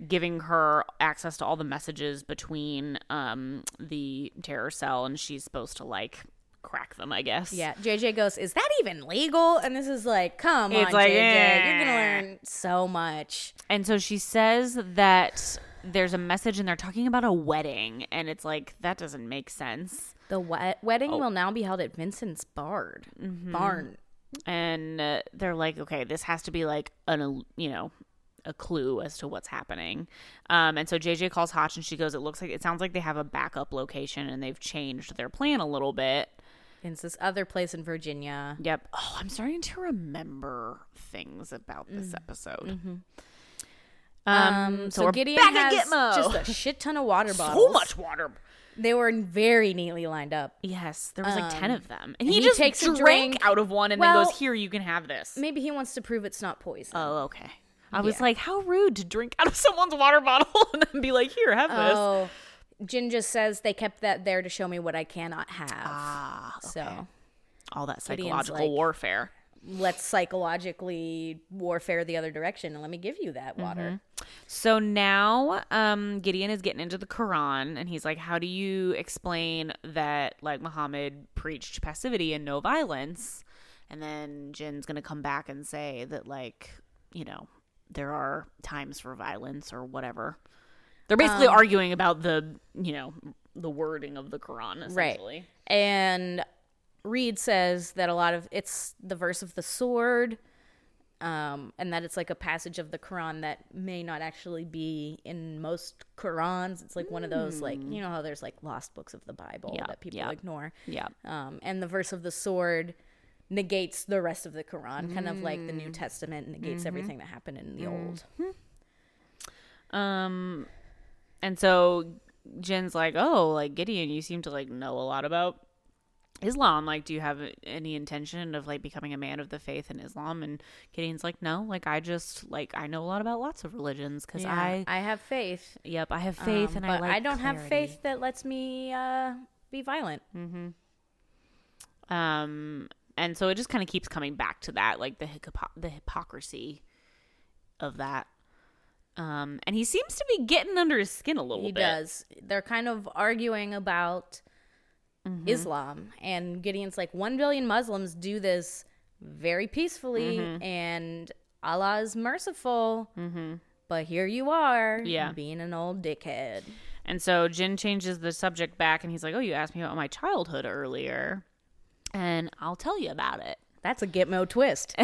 Speaker 1: giving her access to all the messages between um the terror cell and she's supposed to like crack them i guess
Speaker 2: yeah. JJ goes, "Is that even legal?" And this is like, "Come
Speaker 1: It's
Speaker 2: on,
Speaker 1: like,
Speaker 2: JJ, you're gonna
Speaker 1: eh.
Speaker 2: learn so much."
Speaker 1: And so she says that there's a message and they're talking about a wedding and it's like that doesn't make sense.
Speaker 2: The we- wedding
Speaker 1: Oh.
Speaker 2: will now be held at Vincent's Bard
Speaker 1: Mm-hmm.
Speaker 2: Barn.
Speaker 1: And uh, they're like okay, this has to be like an el- you know a clue as to what's happening. Um, and so JJ calls Hotch and she goes it looks like it sounds like they have a backup location and they've changed their plan a little bit.
Speaker 2: It's this other place in Virginia.
Speaker 1: Yep. Oh, I'm starting to remember things about this episode. Mm. Mm-hmm. Um, so, we're
Speaker 2: Gideon
Speaker 1: back at
Speaker 2: has
Speaker 1: Gitmo.
Speaker 2: just a shit ton of water bottles.
Speaker 1: so much water.
Speaker 2: They were very neatly lined up.
Speaker 1: Yes, there was like ten of them, Um, and he,
Speaker 2: he
Speaker 1: just
Speaker 2: takes a
Speaker 1: drank
Speaker 2: drink.
Speaker 1: out of one and
Speaker 2: Well-
Speaker 1: then goes, "Here, you can have this."
Speaker 2: Maybe he wants to prove it's not poison.
Speaker 1: Oh, okay. I was like, "How rude to drink out of someone's water bottle and then be like, here, have this."
Speaker 2: Oh, Jin just says they kept that there to show me what I cannot have.
Speaker 1: Ah,
Speaker 2: So
Speaker 1: All that
Speaker 2: Gideon's
Speaker 1: psychological
Speaker 2: like-
Speaker 1: warfare.
Speaker 2: let's psychologically warfare the other direction and let me give you that
Speaker 1: Mm-hmm.
Speaker 2: water.
Speaker 1: So now um, Gideon is getting into the Quran and he's like, How do you explain that like Muhammad preached passivity and no violence? And then Jin's gonna come back and say that like, you know, there are times for violence or whatever. They're basically arguing about the, you know, the wording of the Quran essentially.
Speaker 2: And Reed says that a lot of it's the verse of the sword, um, and that it's like a passage of the Quran that may not actually be in most Qurans. It's like one of those like you know how there's like lost books of the Bible
Speaker 1: Hmm. Yeah,
Speaker 2: that people
Speaker 1: yeah.
Speaker 2: ignore.
Speaker 1: Yeah.
Speaker 2: Um, and the verse of the sword negates the rest of the Quran, kind of like the
Speaker 1: Hmm.
Speaker 2: New Testament negates
Speaker 1: Mm-hmm.
Speaker 2: everything that happened in the old.
Speaker 1: Um, and so Jen's like, "Oh, like Gideon, you seem to like know a lot about Islam. Like, do you have any intention of like becoming a man of the faith in Islam?" And Gideon's like, "No, like I just like I know a lot about lots of religions because I,
Speaker 2: I have faith,
Speaker 1: yep, I have faith
Speaker 2: um,
Speaker 1: and I
Speaker 2: but
Speaker 1: like
Speaker 2: I don't have
Speaker 1: clarity."
Speaker 2: faith that lets me uh, be violent.
Speaker 1: Um, and so it just kind of keeps coming back to that, like the hypo- the hypocrisy of that. Um, and he seems to be getting under his skin a little
Speaker 2: he
Speaker 1: bit.
Speaker 2: does they're kind of arguing about Mm-hmm. islam and gideon's like 1 billion muslims do this very peacefully and allah is merciful but here you are
Speaker 1: Yeah.
Speaker 2: being an old dickhead
Speaker 1: And so Jin changes the subject back and he's like, Oh, you asked me about my childhood earlier, and I'll tell you about it.
Speaker 2: that's a gitmo twist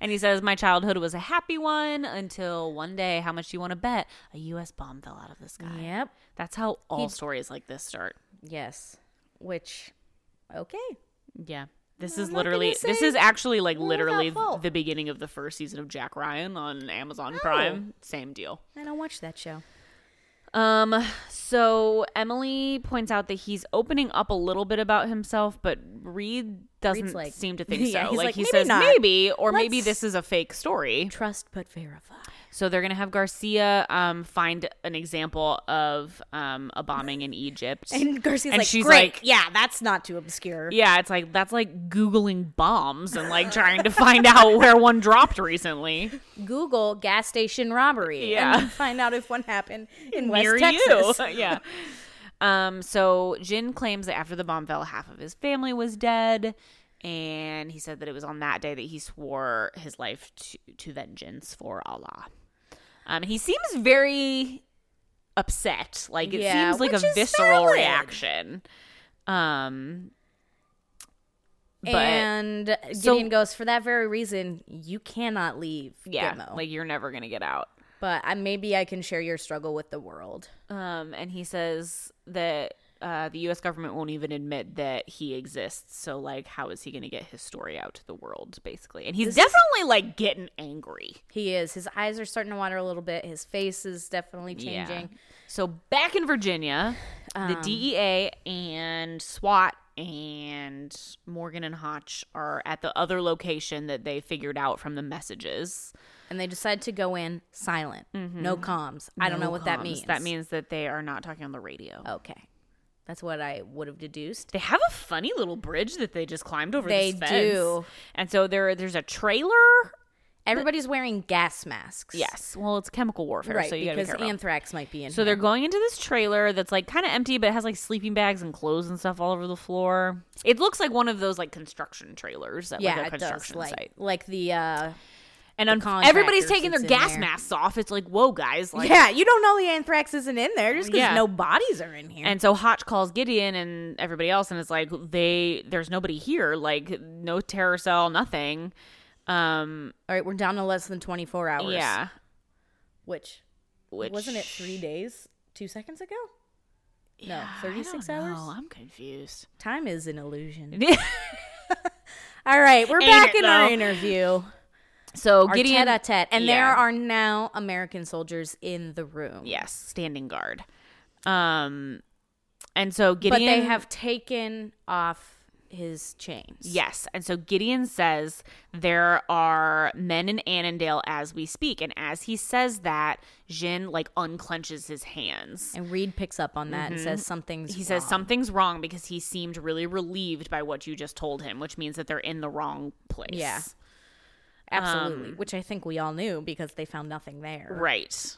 Speaker 1: And he says, My childhood was a happy one until one day, how much do you want to bet? A U.S. bomb fell out of the sky.
Speaker 2: yep
Speaker 1: That's how all stories like this start.
Speaker 2: yes which okay
Speaker 1: Yeah. This is
Speaker 2: not
Speaker 1: literally,
Speaker 2: gonna
Speaker 1: this
Speaker 2: say
Speaker 1: is actually like literally
Speaker 2: fault.
Speaker 1: the beginning of the first season of Jack Ryan on Amazon Prime. Same deal.
Speaker 2: i don't watch that show
Speaker 1: Um, so Emily points out that he's opening up a little bit about himself, but Reed doesn't
Speaker 2: Reed's like-
Speaker 1: seem to think
Speaker 2: Yeah,
Speaker 1: so.
Speaker 2: he's
Speaker 1: Like,
Speaker 2: like,
Speaker 1: he
Speaker 2: "Maybe
Speaker 1: says
Speaker 2: not.
Speaker 1: maybe, or maybe
Speaker 2: Let's-
Speaker 1: this is a fake story.
Speaker 2: trust but verify
Speaker 1: So they're gonna have Garcia um find an example of um a bombing in Egypt.
Speaker 2: and garcia's
Speaker 1: And
Speaker 2: like
Speaker 1: she's
Speaker 2: great
Speaker 1: like-
Speaker 2: yeah that's not too obscure
Speaker 1: yeah, it's like that's like googling bombs and like trying to find out where one dropped recently.
Speaker 2: Google gas station robbery
Speaker 1: Yeah.
Speaker 2: and find out if one happened in West
Speaker 1: near
Speaker 2: Texas.
Speaker 1: you. yeah. Um, so Jin claims that after the bomb fell, half of his family was dead. And he said that it was on that day that he swore his life to, to vengeance for Allah. Um, he seems very upset. Like, it
Speaker 2: Yeah,
Speaker 1: seems like a
Speaker 2: which is
Speaker 1: visceral
Speaker 2: valid.
Speaker 1: reaction. Um, but,
Speaker 2: and Gideon goes, for that very reason, you cannot leave
Speaker 1: yeah,
Speaker 2: Gitmo.
Speaker 1: like you're never going to get out.
Speaker 2: but I, maybe I can share your struggle with the world.
Speaker 1: Um, and he says that uh, the U.S. government won't even admit that he exists. So, like, how is he going to get his story out to the world, basically? And he's definitely like getting angry.
Speaker 2: He is. His eyes are starting to water a little bit. His face is definitely changing. Um,
Speaker 1: So back in Virginia, the DEA and SWAT and Morgan and Hotch are at the other location that they figured out from the messages.
Speaker 2: And they decide to go in silent. No comms. I don't know what that
Speaker 1: Mm-hmm. Comms.
Speaker 2: means.
Speaker 1: That means that they are not talking on the radio.
Speaker 2: Okay. That's what I would have deduced.
Speaker 1: They have a funny little bridge that they just climbed over.
Speaker 2: They
Speaker 1: this fence.
Speaker 2: do.
Speaker 1: and so there there's a trailer.
Speaker 2: Everybody's wearing gas masks.
Speaker 1: Yes, well, it's chemical warfare,
Speaker 2: Right,
Speaker 1: so you gotta be
Speaker 2: because
Speaker 1: careful.
Speaker 2: anthrax might be in
Speaker 1: so they're going into this trailer that's like kind of empty, but it has like sleeping bags and clothes and stuff all over the floor. It looks like one of those like construction trailers at
Speaker 2: yeah,
Speaker 1: like a
Speaker 2: it does,
Speaker 1: construction
Speaker 2: like,
Speaker 1: site.
Speaker 2: Like the uh
Speaker 1: And un-
Speaker 2: contractors
Speaker 1: everybody's taking their
Speaker 2: that's in
Speaker 1: gas
Speaker 2: there.
Speaker 1: masks off. It's like, whoa, guys! Like,
Speaker 2: Yeah, you don't know the anthrax isn't in there just because
Speaker 1: Yeah.
Speaker 2: no bodies are in here.
Speaker 1: And so Hotch calls Gideon and everybody else, and it's like they there's nobody here, like no terror cell, nothing. Um,
Speaker 2: All right, we're down to less than 24 hours.
Speaker 1: yeah,
Speaker 2: Which,
Speaker 1: which
Speaker 2: wasn't it three days, two seconds ago?
Speaker 1: Yeah, I
Speaker 2: 36
Speaker 1: don't
Speaker 2: hours?
Speaker 1: know. I'm confused.
Speaker 2: Time is an illusion. All right, we're
Speaker 1: Ain't
Speaker 2: back in
Speaker 1: it,
Speaker 2: our
Speaker 1: though?
Speaker 2: interview.
Speaker 1: so
Speaker 2: Our
Speaker 1: Gideon,
Speaker 2: tete-a-tete. And there
Speaker 1: Yeah.
Speaker 2: are now American soldiers in the room.
Speaker 1: yes, standing guard. Um, and so Gideon,
Speaker 2: But they have taken off his chains.
Speaker 1: yes, and so Gideon says there are men in Annandale as we speak, and as he says that, Jin like unclenches his hands.
Speaker 2: And Reed picks up on that and says something's
Speaker 1: Mm-hmm. He says
Speaker 2: wrong.
Speaker 1: something's wrong because he seemed really relieved by what you just told him, which means that they're in the wrong place.
Speaker 2: Yeah.
Speaker 1: Um,
Speaker 2: Absolutely. which I think we all knew because they found nothing there.
Speaker 1: Right.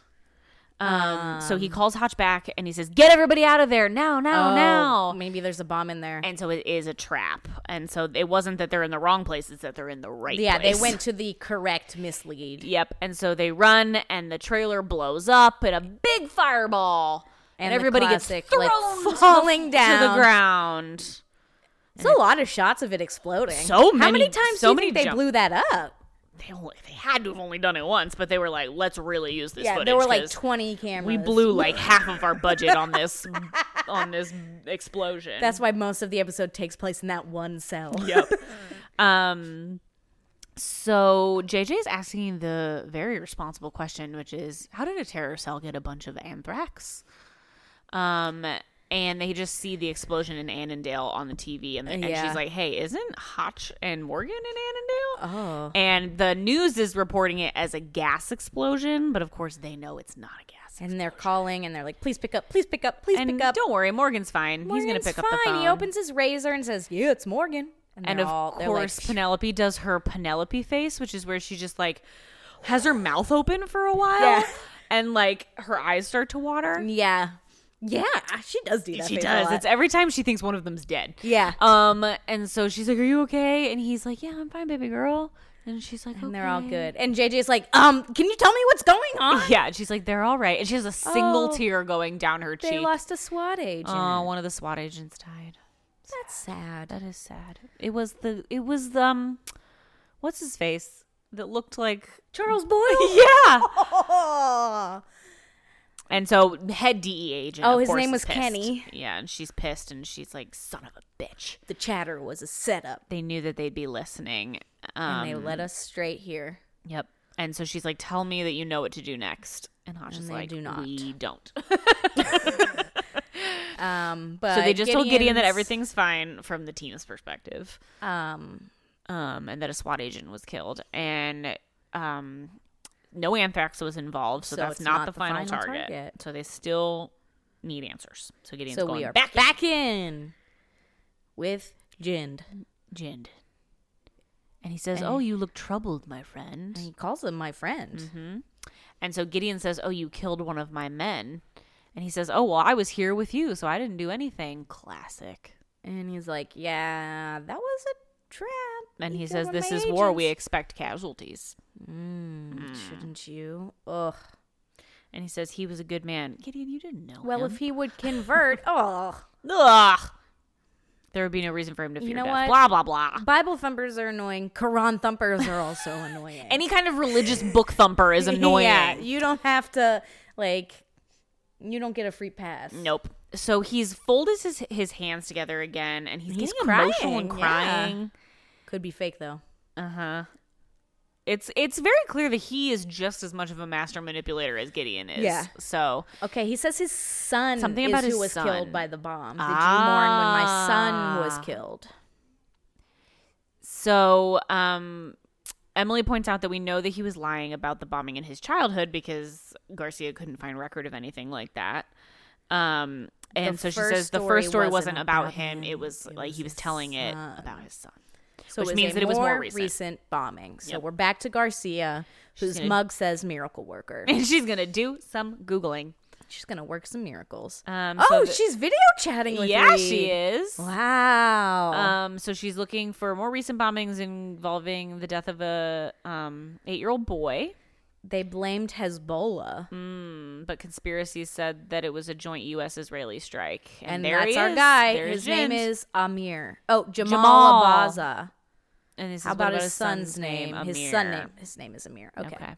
Speaker 1: Um, so he calls Hotch back and he says, "Get everybody out of there now, now,
Speaker 2: oh,
Speaker 1: now!"
Speaker 2: Maybe there's a bomb in there.
Speaker 1: Oh, And so it is a trap. And so it wasn't that they're in the wrong place; it's that they're in the right.
Speaker 2: yeah,
Speaker 1: place.
Speaker 2: they went to the correct mislead.
Speaker 1: Yep. And so they run, and the trailer blows up in a big fireball, and,
Speaker 2: And the
Speaker 1: everybody
Speaker 2: classic,
Speaker 1: gets thrown
Speaker 2: like,
Speaker 1: to
Speaker 2: falling
Speaker 1: the- to
Speaker 2: down.
Speaker 1: the ground.
Speaker 2: It's a lot of shots of it exploding.
Speaker 1: So
Speaker 2: How many
Speaker 1: many-
Speaker 2: times
Speaker 1: so
Speaker 2: do you
Speaker 1: many
Speaker 2: think they
Speaker 1: jump-
Speaker 2: blew that up?
Speaker 1: They only, they had to have only done it once, but they were like, "Let's really use this."
Speaker 2: Yeah,
Speaker 1: footage
Speaker 2: there were like
Speaker 1: 'cause
Speaker 2: 20 cameras.
Speaker 1: we blew like half of our budget on this on this explosion.
Speaker 2: That's why most of the episode takes place in that one cell.
Speaker 1: yep. Um, so JJ is asking the very responsible question, which is, how did a terror cell get a bunch of anthrax? Um, and they just see the explosion in Annandale on the TV, and, and
Speaker 2: Yeah.
Speaker 1: she's like, "Hey, isn't Hotch and Morgan in Annandale?"
Speaker 2: Oh.
Speaker 1: And the news is reporting it as a gas explosion, but of course they know it's not a gas.
Speaker 2: And they're calling and they're like, please pick up, please pick up, please
Speaker 1: And
Speaker 2: pick up.
Speaker 1: don't worry, Morgan's fine. He's going to
Speaker 2: Morgan's
Speaker 1: pick up the
Speaker 2: fine.
Speaker 1: phone.
Speaker 2: He opens his razor and says, yeah, it's Morgan.
Speaker 1: And
Speaker 2: they're
Speaker 1: of
Speaker 2: all- they're like,
Speaker 1: course, Penelope does her Penelope face, which is where she just like has her mouth open for a while
Speaker 2: Yeah.
Speaker 1: and like her eyes start to water.
Speaker 2: yeah. Yeah, she does do that.
Speaker 1: She
Speaker 2: face a
Speaker 1: does.
Speaker 2: lot.
Speaker 1: It's every time she thinks one of them's dead.
Speaker 2: Yeah.
Speaker 1: Um, and so she's like, Are you okay? And he's like, Yeah, I'm fine, baby girl. And she's like,
Speaker 2: and they're all
Speaker 1: "Okay."
Speaker 2: good. And JJ's like, um, can you tell me what's going on?
Speaker 1: Yeah, and she's like, They're all right. And she has a single
Speaker 2: Oh,
Speaker 1: tear going down her
Speaker 2: They
Speaker 1: cheek.
Speaker 2: lost a SWAT agent.
Speaker 1: oh, one of the SWAT agents died.
Speaker 2: That's sad.
Speaker 1: That is sad. It was the it was the, um what's his face? That looked like
Speaker 2: Charles Boyle.
Speaker 1: Yeah.
Speaker 2: Oh.
Speaker 1: And so head DEA agent.
Speaker 2: Oh,
Speaker 1: of
Speaker 2: his
Speaker 1: course,
Speaker 2: name
Speaker 1: is
Speaker 2: was
Speaker 1: pissed.
Speaker 2: Kenny.
Speaker 1: Yeah, and she's pissed, and she's like, "Son of a bitch!"
Speaker 2: The chatter was a setup.
Speaker 1: They knew that they'd be listening. Um,
Speaker 2: And they led us straight here.
Speaker 1: yep. And so she's like, "Tell me that you know what to do next." And Hodge is
Speaker 2: they
Speaker 1: like,
Speaker 2: do not.
Speaker 1: "We don't."
Speaker 2: Um, but
Speaker 1: so they just told Gideon that
Speaker 2: Gideon's-
Speaker 1: everything's fine from the team's perspective,
Speaker 2: Um,
Speaker 1: um, and that a SWAT agent was killed, and um, no anthrax was involved, so,
Speaker 2: So
Speaker 1: that's
Speaker 2: it's
Speaker 1: not, the, final, target.
Speaker 2: target.
Speaker 1: So they still need answers. So Gideon's
Speaker 2: so
Speaker 1: going
Speaker 2: we are
Speaker 1: back,
Speaker 2: back, in with Jind.
Speaker 1: Jind. And he says, Oh, you look troubled, my friend.
Speaker 2: He calls him my friend.
Speaker 1: And so Gideon says, Oh, you killed one of my men. And he says, Oh, well, I was here with you, so I didn't do anything. Classic.
Speaker 2: And he's like, Yeah, that was a trap.
Speaker 1: And
Speaker 2: You
Speaker 1: he,
Speaker 2: killed
Speaker 1: says,
Speaker 2: one of
Speaker 1: This
Speaker 2: my
Speaker 1: is war.
Speaker 2: agents."
Speaker 1: We expect casualties.
Speaker 2: Mm, Shouldn't you? Ugh.
Speaker 1: And he says, He was a good man. Gideon, you didn't know.
Speaker 2: Well,
Speaker 1: him.
Speaker 2: if he would convert, oh,
Speaker 1: Ugh. There would be no reason for him to fear
Speaker 2: You know what?
Speaker 1: death. Blah, blah, blah.
Speaker 2: Bible thumpers are annoying. Quran thumpers are also annoying.
Speaker 1: Any kind of religious book thumper is annoying.
Speaker 2: Yeah, you don't have to like. You don't get a free pass.
Speaker 1: Nope. So he's folded his, his hands together again, and he's,
Speaker 2: He's
Speaker 1: getting emotional and
Speaker 2: crying, yeah.
Speaker 1: crying.
Speaker 2: Could be fake though.
Speaker 1: Uh-huh. It's it's very clear that he is just as much of a master manipulator as Gideon is.
Speaker 2: Yeah.
Speaker 1: So
Speaker 2: Okay, he says his son
Speaker 1: Something
Speaker 2: is
Speaker 1: about
Speaker 2: who
Speaker 1: his
Speaker 2: was
Speaker 1: son.
Speaker 2: killed by the bomb. Did you mourn when my
Speaker 1: Ah.
Speaker 2: son was killed?
Speaker 1: so um Emily points out that we know that he was lying about the bombing in his childhood because Garcia couldn't find record of anything like that. Um and so she
Speaker 2: first
Speaker 1: says the
Speaker 2: story
Speaker 1: first story
Speaker 2: wasn't
Speaker 1: wasn't about
Speaker 2: about
Speaker 1: him.
Speaker 2: him.
Speaker 1: It was
Speaker 2: It
Speaker 1: like
Speaker 2: was
Speaker 1: he was
Speaker 2: his
Speaker 1: telling it
Speaker 2: son.
Speaker 1: about his son.
Speaker 2: So
Speaker 1: Which
Speaker 2: it was
Speaker 1: means
Speaker 2: a
Speaker 1: that it was more recent.
Speaker 2: bombing. So
Speaker 1: Yep.
Speaker 2: we're back to Garcia, whose
Speaker 1: gonna-
Speaker 2: mug says miracle worker.
Speaker 1: And she's gonna do some googling.
Speaker 2: she's gonna work some miracles.
Speaker 1: Um, so
Speaker 2: oh,
Speaker 1: the-
Speaker 2: she's video chatting with
Speaker 1: yeah,
Speaker 2: Reed.
Speaker 1: she is.
Speaker 2: Wow.
Speaker 1: Um, so she's looking for more recent bombings involving the death of a um, eight-year-old boy.
Speaker 2: they blamed Hezbollah,
Speaker 1: Mm, but conspiracies said that it was a joint U.S.-Israeli strike, and,
Speaker 2: and
Speaker 1: there
Speaker 2: that's
Speaker 1: he
Speaker 2: our
Speaker 1: is.
Speaker 2: guy.
Speaker 1: There's
Speaker 2: his name
Speaker 1: Jint.
Speaker 2: is Amir. Oh, Jamal,
Speaker 1: Jamal.
Speaker 2: Abaza.
Speaker 1: And this is
Speaker 2: How
Speaker 1: what
Speaker 2: about, his son's, name? His son
Speaker 1: Amir.
Speaker 2: name. His name is Amir. Okay.
Speaker 1: Okay.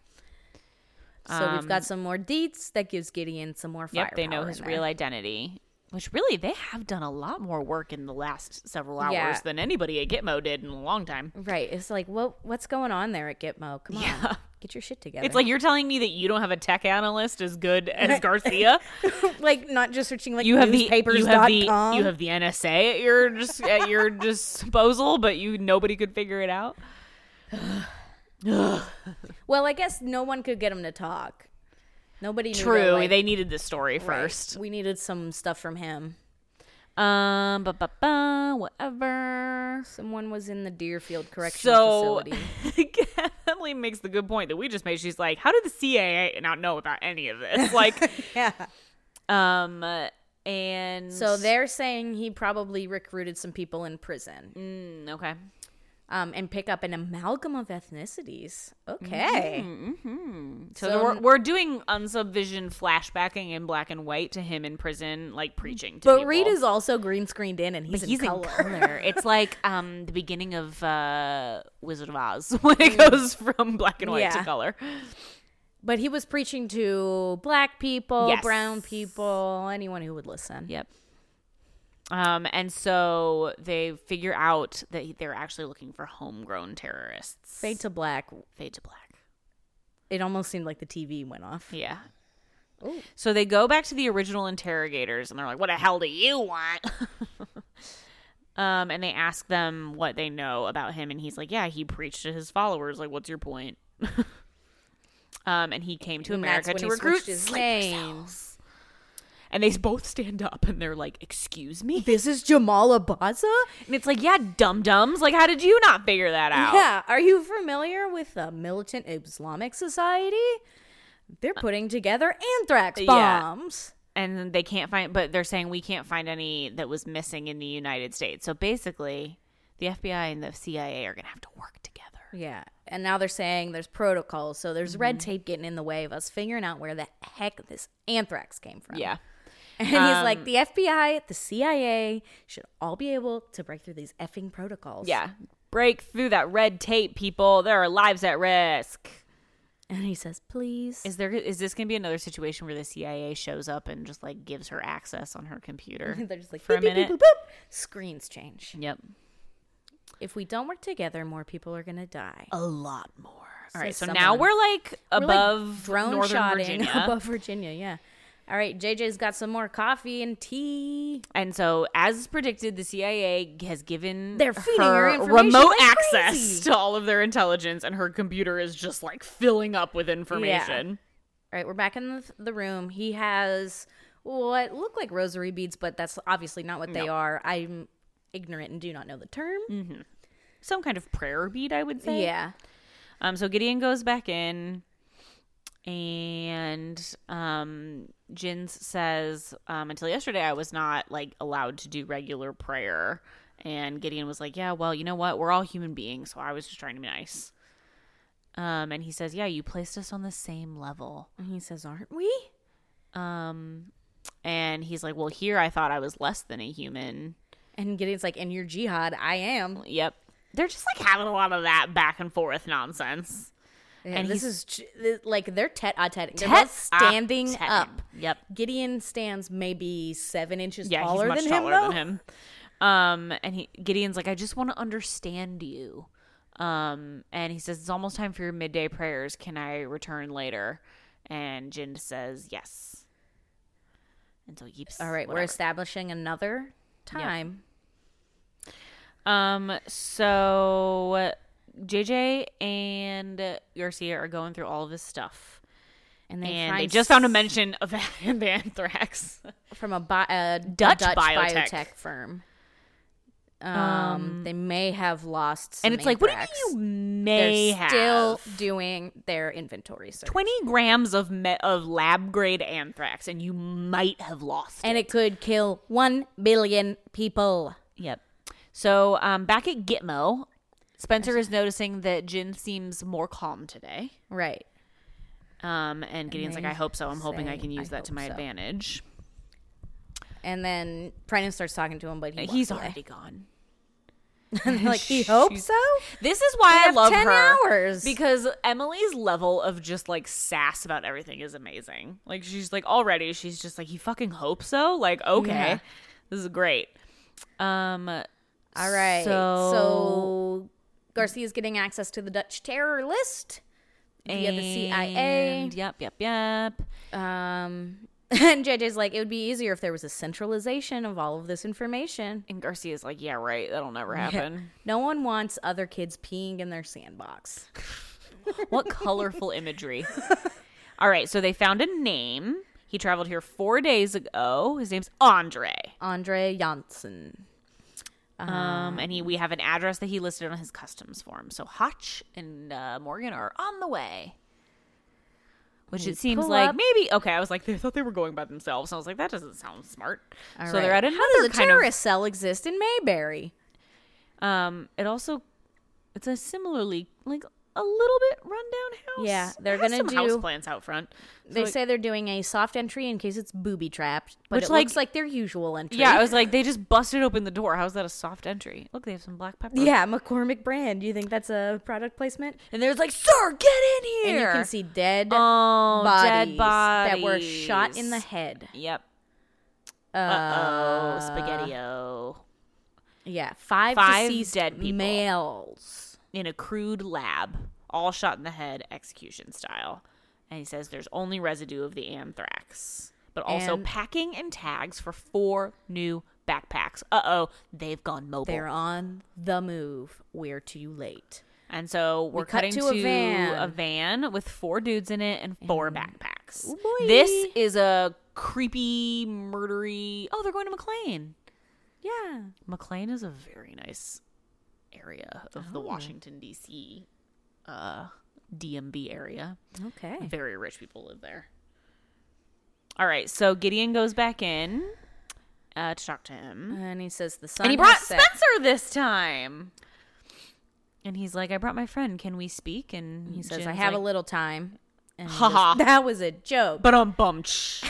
Speaker 1: Um,
Speaker 2: So we've got some more deets that gives Gideon some more fire.
Speaker 1: Yep. They know his real identity. Which really, they have done a lot more work in the last several hours
Speaker 2: Yeah.
Speaker 1: than anybody at Gitmo did in a long time.
Speaker 2: Right. It's like, what what's going on there at Gitmo? Come on. Get your shit together.
Speaker 1: It's like you're telling me that you don't have a tech analyst as good as Garcia.
Speaker 2: like not just searching like
Speaker 1: you have the
Speaker 2: newspapers.com.
Speaker 1: you have the you have the NSA at your dis- at your disposal, but you nobody could figure it out.
Speaker 2: well, I guess no one could get him to talk. Nobody knew
Speaker 1: True,
Speaker 2: that, like-
Speaker 1: they needed the story
Speaker 2: right,
Speaker 1: first.
Speaker 2: We needed some stuff from him.
Speaker 1: Um, ba ba ba, whatever.
Speaker 2: Someone was in the Deerfield Correctional
Speaker 1: So
Speaker 2: Facility.
Speaker 1: again, Emily makes the good point that we just made. She's like, how did the CIA not know about any of this? Like,
Speaker 2: yeah.
Speaker 1: um, and
Speaker 2: So they're saying he probably recruited some people in prison
Speaker 1: Mm, okay,
Speaker 2: um, and pick up an amalgam of ethnicities. Okay.
Speaker 1: so, we're we're doing unsubvision flashbacking in black and white to him in prison, like preaching. To
Speaker 2: But
Speaker 1: people.
Speaker 2: Reed is also green screened in and he's,
Speaker 1: he's
Speaker 2: in,
Speaker 1: in
Speaker 2: color.
Speaker 1: color. it's like um the beginning of uh Wizard of Oz when it goes from black and white to
Speaker 2: Mm. Yeah.
Speaker 1: color.
Speaker 2: But he was preaching to black people,
Speaker 1: Yes.
Speaker 2: brown people, anyone who would listen.
Speaker 1: Yep. Um, and so they figure out that they're actually looking for homegrown terrorists.
Speaker 2: Fade to black.
Speaker 1: Fade to black.
Speaker 2: It almost seemed like the TV went off.
Speaker 1: Yeah.
Speaker 2: Ooh.
Speaker 1: So they go back to the original interrogators and they're like, what the hell do you want? um, and they ask them what they know about him. And he's like, yeah, he preached to his followers. Like, what's your point? um, and he came to
Speaker 2: And
Speaker 1: America
Speaker 2: that's
Speaker 1: to
Speaker 2: when he
Speaker 1: recruit
Speaker 2: switched his
Speaker 1: sleeper
Speaker 2: name.
Speaker 1: cells. And they both stand up and they're like, excuse me?
Speaker 2: This is Jamal Abaza?
Speaker 1: And it's like, yeah, dum dums. Like, how did you not figure that out?
Speaker 2: Yeah. Are you familiar with the militant Islamic Society? They're putting together anthrax
Speaker 1: Uh, Yeah.
Speaker 2: bombs.
Speaker 1: And they can't find, but they're saying we can't find any that was missing in the United States. So basically, the FBI and the CIA are going to have to work together.
Speaker 2: Yeah. And now they're saying there's protocols. So there's red
Speaker 1: Mm-hmm.
Speaker 2: tape getting in the way of us figuring out where the heck this anthrax came from.
Speaker 1: Yeah. Um,
Speaker 2: And he's like, the FBI, the CIA should all be able to break through these effing protocols.
Speaker 1: Yeah. Break through that red tape, people. There are lives at risk.
Speaker 2: And he says, please.
Speaker 1: Is there is this going to be another situation where the CIA shows up and just like gives her access on her computer?
Speaker 2: they're just like,
Speaker 1: for a
Speaker 2: "Beep, beep,
Speaker 1: minute.
Speaker 2: beep, boop, boop." Screens change.
Speaker 1: Yep.
Speaker 2: If we don't work together, more people are going to die.
Speaker 1: A lot more. All right.
Speaker 2: Says
Speaker 1: So
Speaker 2: someone.
Speaker 1: now we're like
Speaker 2: We're, like,
Speaker 1: above
Speaker 2: drone
Speaker 1: Northern
Speaker 2: shotting
Speaker 1: Virginia.
Speaker 2: above Virginia. Yeah. All right, JJ's got some more coffee and tea.
Speaker 1: And so, as predicted, the CIA has given
Speaker 2: They're feeding her information
Speaker 1: remote
Speaker 2: like
Speaker 1: access
Speaker 2: crazy.
Speaker 1: to all of their intelligence, and her computer is just like filling up with information.
Speaker 2: All right, we're back in the, the room. He has what look like rosary beads, but that's obviously not what they are. I'm ignorant and do not know the term.
Speaker 1: Mm. Some kind of prayer bead, I would say.
Speaker 2: Yeah.
Speaker 1: Um. So Gideon goes back in, and um, Jins says, um, "Until yesterday, I was not like allowed to do regular prayer." And Gideon was like, "Yeah, well, you know what? We're all human beings, so I was just trying to be nice." Um, and he says, "Yeah, you placed us on the same level."
Speaker 2: And he says, Aren't we?
Speaker 1: Um, and he's like, "Well, here I thought I was less than a human."
Speaker 2: And Gideon's like, In your jihad, I am.
Speaker 1: Yep. They're just like having a lot of that back and forth nonsense.
Speaker 2: And this
Speaker 1: he's-
Speaker 2: is j- th- like they're tete a tete. They're
Speaker 1: Tet-
Speaker 2: both standing
Speaker 1: ah,
Speaker 2: up.
Speaker 1: tetting. Yep.
Speaker 2: Gideon stands maybe seven inches
Speaker 1: Yeah,
Speaker 2: taller
Speaker 1: he's much
Speaker 2: than
Speaker 1: taller
Speaker 2: him. Though.
Speaker 1: than him. Um, and he Gideon's like, "I just want to understand you." Um, and he says, "It's almost time for your midday prayers. Can I return later?" And Jin says, "Yes." And so Yeeps.
Speaker 2: All right, we're
Speaker 1: whatever.
Speaker 2: establishing another time.
Speaker 1: Um, so JJ and Garcia are going through all of this stuff.
Speaker 2: And they,
Speaker 1: And
Speaker 2: find
Speaker 1: they just found a mention of the anthrax.
Speaker 2: from a, bi- a
Speaker 1: Dutch
Speaker 2: Dutch,
Speaker 1: biotech.
Speaker 2: biotech. firm. Um, they may have lost, some
Speaker 1: And it's like, what
Speaker 2: anthrax.
Speaker 1: do you mean you
Speaker 2: They're
Speaker 1: may have?
Speaker 2: still doing their inventory search,
Speaker 1: 20 grams of me- of lab grade anthrax, and you might have lost
Speaker 2: and it could kill one billion people.
Speaker 1: Yep. So um, back at Gitmo, Spencer is noticing that Jin seems more calm today.
Speaker 2: Right.
Speaker 1: Um, and Gideon's like,
Speaker 2: they
Speaker 1: I hope so. I'm hoping I
Speaker 2: say,
Speaker 1: can use
Speaker 2: "I
Speaker 1: that to
Speaker 2: hope
Speaker 1: my
Speaker 2: so."
Speaker 1: advantage.
Speaker 2: And then Brennan starts talking to him, but he
Speaker 1: He's
Speaker 2: walks away.
Speaker 1: already gone.
Speaker 2: And they're like he hopes so.
Speaker 1: This is why I
Speaker 2: have
Speaker 1: love
Speaker 2: 10
Speaker 1: her
Speaker 2: hours.
Speaker 1: because Emily's level of just like sass about everything is amazing. Like she's like already she's just like he fucking hopes so. Like okay,
Speaker 2: Yeah.
Speaker 1: this is great. Um,
Speaker 2: All right.
Speaker 1: So-
Speaker 2: So, Garcia's getting access to the Dutch terror list via the CIA.
Speaker 1: and- Yep, yep, yep.
Speaker 2: Um, and JJ's like, it would be easier if there was a centralization of all of this information.
Speaker 1: And Garcia's like, yeah, right. That'll never happen.
Speaker 2: No one wants other kids peeing in their sandbox.
Speaker 1: what colorful imagery. All right, so they found a name. He traveled here four days ago. His name's Andre.
Speaker 2: Andre Janssen.
Speaker 1: Um, and he we have an address that he listed on his customs form. So Hotch and uh, Morgan are on the way. Which it seems
Speaker 2: pull
Speaker 1: like
Speaker 2: up.
Speaker 1: maybe okay. I was like, they thought they were going by themselves. I was like, that doesn't sound smart.
Speaker 2: All
Speaker 1: so they're
Speaker 2: right.
Speaker 1: at another
Speaker 2: How does a
Speaker 1: kind of
Speaker 2: terrorist cell exist in Mayberry?
Speaker 1: Um, it also it's a similarly like a little bit rundown house.
Speaker 2: Yeah,
Speaker 1: It
Speaker 2: they're
Speaker 1: has
Speaker 2: gonna
Speaker 1: some
Speaker 2: do-
Speaker 1: house plants out front. So,
Speaker 2: They
Speaker 1: like-
Speaker 2: say they're doing a soft entry in case it's booby trapped, but
Speaker 1: Which,
Speaker 2: it
Speaker 1: like-
Speaker 2: looks like their usual entry.
Speaker 1: yeah. I was like, they just busted open the door. How's that a soft entry? Look, they have some black pepper.
Speaker 2: yeah, McCormick brand. You think that's a product placement?
Speaker 1: and they're like, sir, get in
Speaker 2: And
Speaker 1: here.
Speaker 2: you can see dead
Speaker 1: oh,
Speaker 2: bodies,
Speaker 1: dead
Speaker 2: that were shot in the
Speaker 1: bodies.
Speaker 2: head.
Speaker 1: Yep.
Speaker 2: Uh,
Speaker 1: Uh oh, spaghetti-o
Speaker 2: Yeah, five,
Speaker 1: Five
Speaker 2: deceased
Speaker 1: dead people.
Speaker 2: males.
Speaker 1: in a crude lab, all shot in the head, execution style. And he says there's only residue of the anthrax, but also
Speaker 2: And-
Speaker 1: packing and tags for four new backpacks. Uh oh, they've gone mobile.
Speaker 2: They're on the move. We're too late.
Speaker 1: And so we're
Speaker 2: cut
Speaker 1: cutting
Speaker 2: to a
Speaker 1: to
Speaker 2: van.
Speaker 1: a van with four dudes in it and four backpacks.
Speaker 2: Ooh, boy.
Speaker 1: This is a creepy, murdery. Oh, they're going to McLean.
Speaker 2: Yeah.
Speaker 1: McLean is a very nice area of the Washington D.C. Uh, DMB area.
Speaker 2: Okay.
Speaker 1: Very rich people live there. All right, so Gideon goes back in uh, to talk to him,
Speaker 2: And he says the sun.
Speaker 1: and he brought
Speaker 2: has set.
Speaker 1: Spencer this time. And he's like, "I brought my friend. Can we speak?" And
Speaker 2: He says, "I have a little time." And he
Speaker 1: Ha
Speaker 2: goes,
Speaker 1: ha.
Speaker 2: That was a joke.
Speaker 1: but I'm bumped.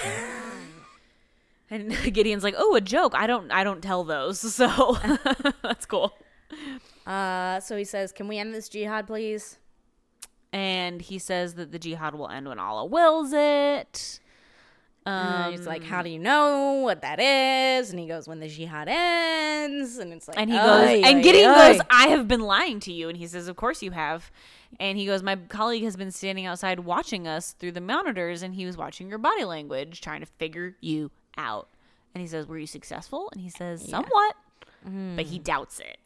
Speaker 1: and Gideon's like, "Oh, a joke. I don't. I don't tell those. So that's cool."
Speaker 2: Uh, so he says, "Can we end this jihad, please?"
Speaker 1: and he says that the jihad will end when Allah wills it.
Speaker 2: and
Speaker 1: Um,
Speaker 2: he's like, "How do you know what that is?" And he goes, "When the jihad ends." And it's like,
Speaker 1: and he
Speaker 2: "Oy,
Speaker 1: goes, and
Speaker 2: oy,
Speaker 1: Gideon
Speaker 2: oy."
Speaker 1: goes, I have been lying to you. And he says, Of course you have. And he goes, My colleague has been standing outside watching us through the monitors, and he was watching your body language, trying to figure you out. And he says, Were you successful? And he says, Somewhat. But he doubts it.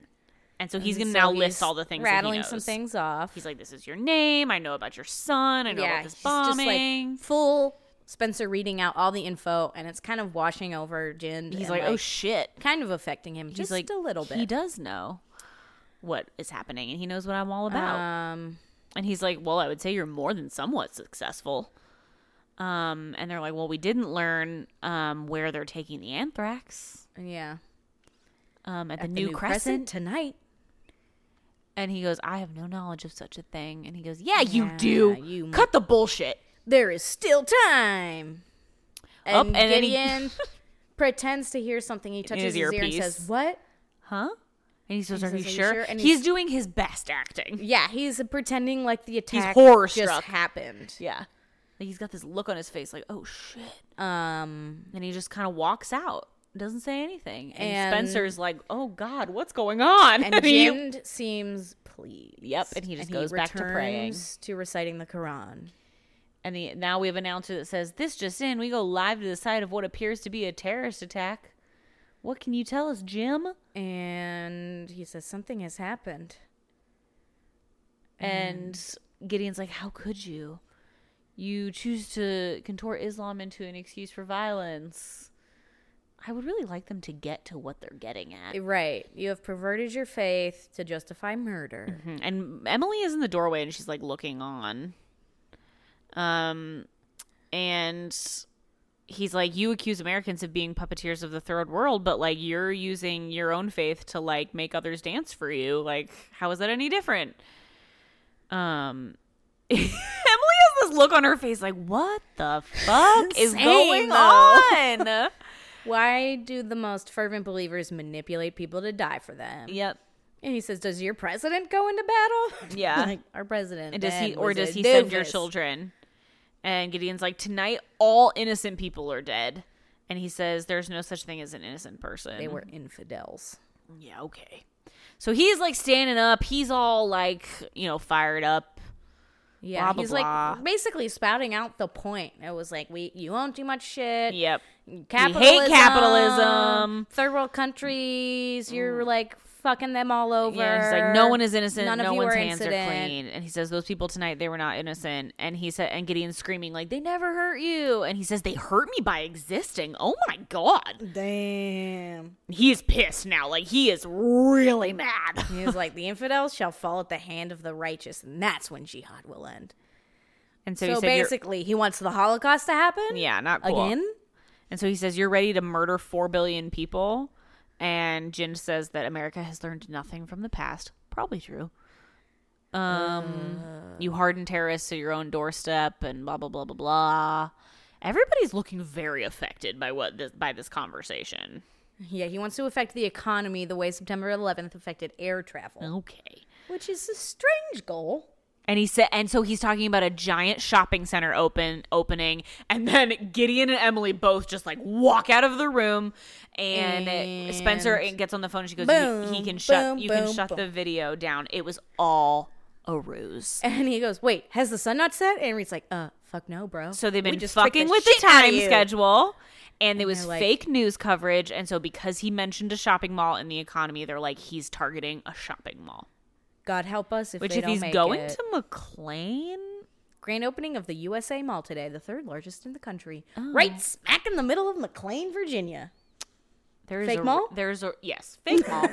Speaker 1: And so he's going to
Speaker 2: Hmm. So
Speaker 1: now
Speaker 2: he's
Speaker 1: list all the things
Speaker 2: rattling
Speaker 1: that he knows.
Speaker 2: some things off.
Speaker 1: He's like, This is your name. I know about your son. I know about this
Speaker 2: he's just, like,
Speaker 1: bombing.
Speaker 2: full Spencer reading out all the info, and it's kind of washing over Jin.
Speaker 1: he's
Speaker 2: and,
Speaker 1: like, Oh, shit.
Speaker 2: kind of affecting him, just
Speaker 1: he's like
Speaker 2: a little
Speaker 1: He
Speaker 2: bit.
Speaker 1: does know what is happening, and he knows what I'm all about.
Speaker 2: Um,
Speaker 1: and he's like, "Well, I would say you're more than somewhat successful." Um, and they're like, "Well, we didn't learn um, where they're taking the anthrax
Speaker 2: yeah.
Speaker 1: um, at, the,
Speaker 2: At
Speaker 1: New, Crescent.
Speaker 2: tonight.
Speaker 1: And he goes, "I have no knowledge of such a thing." And he goes, "Yeah, you
Speaker 2: Yeah,
Speaker 1: do.
Speaker 2: you-
Speaker 1: Cut the bullshit."
Speaker 2: There is still time. And,
Speaker 1: Up, and then he-
Speaker 2: Gideon pretends to hear something. He touches his,
Speaker 1: his
Speaker 2: ear and
Speaker 1: earpiece.
Speaker 2: says, "What?"
Speaker 1: Huh? And he says, "Are
Speaker 2: says,
Speaker 1: you
Speaker 2: "Are you
Speaker 1: sure?"
Speaker 2: sure? And
Speaker 1: he's,
Speaker 2: he's-
Speaker 1: doing his best acting.
Speaker 2: Yeah, he's pretending like the attack
Speaker 1: horror-struck.
Speaker 2: just happened.
Speaker 1: Yeah. Like he's got this look on his face, like, "Oh shit."
Speaker 2: Um,
Speaker 1: And he just kind of walks out, doesn't say anything. And,
Speaker 2: And-
Speaker 1: Spencer's like, "Oh God, what's going on?"
Speaker 2: and
Speaker 1: he-
Speaker 2: Jin seems pleased.
Speaker 1: Yep, and he just goes back to praying.
Speaker 2: returns to reciting the Quran.
Speaker 1: and the, now we have an announcer that says, "This just in: we go live to the site of what appears to be a terrorist attack. What can you tell us, Jim?"
Speaker 2: And he says something has happened.
Speaker 1: And Gideon's like, "How could you? You choose to contort Islam into an excuse for violence." I would really like them to get to what they're getting at.
Speaker 2: Right. You have perverted your faith to justify murder.
Speaker 1: Mhm. And Emily is in the doorway and she's like looking on. Um and he's like you accuse Americans of being puppeteers of the third world, but like you're using your own faith to like make others dance for you. Like how is that any different? Um Emily has this look on her face like what the fuck is
Speaker 2: Same,
Speaker 1: going
Speaker 2: though.
Speaker 1: on?
Speaker 2: Why do the most fervent believers manipulate people to die for them?
Speaker 1: yep.
Speaker 2: And he says, Does your president go into battle?
Speaker 1: Yeah.
Speaker 2: like, our president.
Speaker 1: And does he
Speaker 2: then
Speaker 1: or
Speaker 2: was
Speaker 1: does
Speaker 2: a
Speaker 1: he send your
Speaker 2: doofus."
Speaker 1: children? And Gideon's like, Tonight all innocent people are dead. And he says, There's no such thing as an innocent person.
Speaker 2: They were infidels.
Speaker 1: Yeah, okay. So he's like standing up, he's all like, you know, fired up.
Speaker 2: Yeah.
Speaker 1: Blah, blah,
Speaker 2: he's
Speaker 1: blah.
Speaker 2: like basically spouting out the point. It was like, we You won't do much shit.
Speaker 1: Yep.
Speaker 2: Capitalism.
Speaker 1: capitalism. Mm.
Speaker 2: Third world countries. You're like fucking them all over.
Speaker 1: Yeah, he's like, no one is innocent.
Speaker 2: None of
Speaker 1: no
Speaker 2: you
Speaker 1: one's
Speaker 2: are
Speaker 1: hands
Speaker 2: incident."
Speaker 1: are clean. And he says those people tonight they were not innocent. And he said, and Gideon's screaming like they never hurt you. And he says they hurt me by existing. Oh my god,
Speaker 2: Damn.
Speaker 1: he is pissed now. Like he is really mad.
Speaker 2: He was like, the infidels shall fall at the hand of the righteous, and that's when jihad will end.
Speaker 1: And so,
Speaker 2: So,
Speaker 1: he said, "You're-
Speaker 2: basically, he wants the Holocaust to happen
Speaker 1: yeah, not cool.
Speaker 2: again.
Speaker 1: And so he says, You're ready to murder 4 billion people. And Jin says that America has learned nothing from the past. Probably true. Um, you harden terrorists to your own doorstep and blah, blah, blah, blah, blah. Everybody's looking very affected by what this, by this conversation.
Speaker 2: Yeah, he wants to affect the economy the way September 11th affected air travel,
Speaker 1: Oh. Okay.
Speaker 2: which is a strange goal.
Speaker 1: And he said, and so he's talking about a giant shopping center open opening, and then Gideon and Emily both just like walk out of the room, and,
Speaker 2: And-
Speaker 1: Spencer gets on the phone. and She goes,
Speaker 2: Boom,
Speaker 1: he, he can shut,
Speaker 2: boom,
Speaker 1: you can
Speaker 2: boom,
Speaker 1: shut
Speaker 2: boom."
Speaker 1: the video down. It was all a ruse.
Speaker 2: And he goes, "Wait, has the sun not set?" And Reed's like, "Uh, fuck no, bro."
Speaker 1: So they've
Speaker 2: We
Speaker 1: been
Speaker 2: tricked
Speaker 1: fucking
Speaker 2: the
Speaker 1: with the
Speaker 2: shit outta
Speaker 1: time
Speaker 2: you.
Speaker 1: schedule, and it was
Speaker 2: they're like-
Speaker 1: fake news coverage. And so because he mentioned a shopping mall in the economy, they're like, he's targeting a shopping mall.
Speaker 2: God help us if
Speaker 1: Which,
Speaker 2: they
Speaker 1: if
Speaker 2: don't
Speaker 1: he's
Speaker 2: make
Speaker 1: going
Speaker 2: it.
Speaker 1: to McLean,
Speaker 2: grand opening of the USA Mall today, the third largest in the country,
Speaker 1: Oh.
Speaker 2: right smack in the middle of McLean, Virginia.
Speaker 1: There is
Speaker 2: Fake
Speaker 1: a,
Speaker 2: mall?
Speaker 1: There's a yes, fake mall.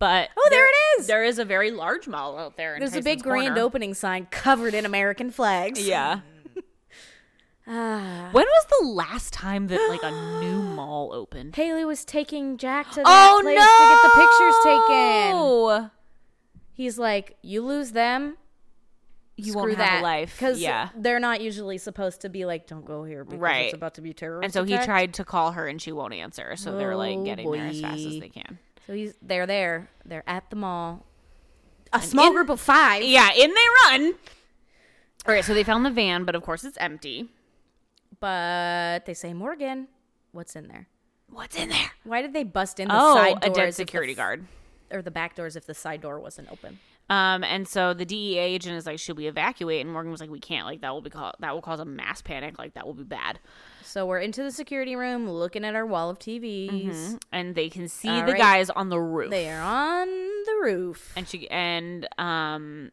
Speaker 1: But
Speaker 2: Oh, there it is!
Speaker 1: There is a very large mall out there. In
Speaker 2: There's a
Speaker 1: Tyson's
Speaker 2: big grand
Speaker 1: Corner.
Speaker 2: opening sign covered in American flags.
Speaker 1: Yeah.
Speaker 2: Ah.
Speaker 1: When was the last time that like a new mall opened?
Speaker 2: Haley was taking Jack to that
Speaker 1: Oh
Speaker 2: place
Speaker 1: no!
Speaker 2: to get the pictures taken.
Speaker 1: the pictures taken.
Speaker 2: He's like, "You lose them,
Speaker 1: You
Speaker 2: screw
Speaker 1: won't
Speaker 2: that.
Speaker 1: have a life.
Speaker 2: because
Speaker 1: yeah.
Speaker 2: they're not usually supposed to be like, don't go here because
Speaker 1: Right.
Speaker 2: it's about to be terrorist."
Speaker 1: And so he
Speaker 2: attack."
Speaker 1: tried to call her and she won't answer. So they're like
Speaker 2: Oh,
Speaker 1: getting there as fast as
Speaker 2: boy.
Speaker 1: they can.
Speaker 2: So he's they're there. They're at the mall. A small
Speaker 1: in-
Speaker 2: group of five.
Speaker 1: Yeah, in they run. All right, so they found the van, but of course it's empty.
Speaker 2: But they say, Morgan, what's in there?
Speaker 1: What's in there?
Speaker 2: Why did they bust in the
Speaker 1: oh,
Speaker 2: side
Speaker 1: a
Speaker 2: doors
Speaker 1: dead
Speaker 2: if the
Speaker 1: security
Speaker 2: f-
Speaker 1: guard.
Speaker 2: or the back doors if the side door wasn't open?
Speaker 1: Um, and so the DEA agent is like, "Should we evacuate?" And Morgan was like, "We can't. Like that will be ca- that will cause a mass panic. Like that will be bad."
Speaker 2: So we're into the security room, looking at our wall of TVs.
Speaker 1: Mm-hmm. And they can see
Speaker 2: All
Speaker 1: the
Speaker 2: right.
Speaker 1: guys on the roof.
Speaker 2: They are on the roof.
Speaker 1: And she and um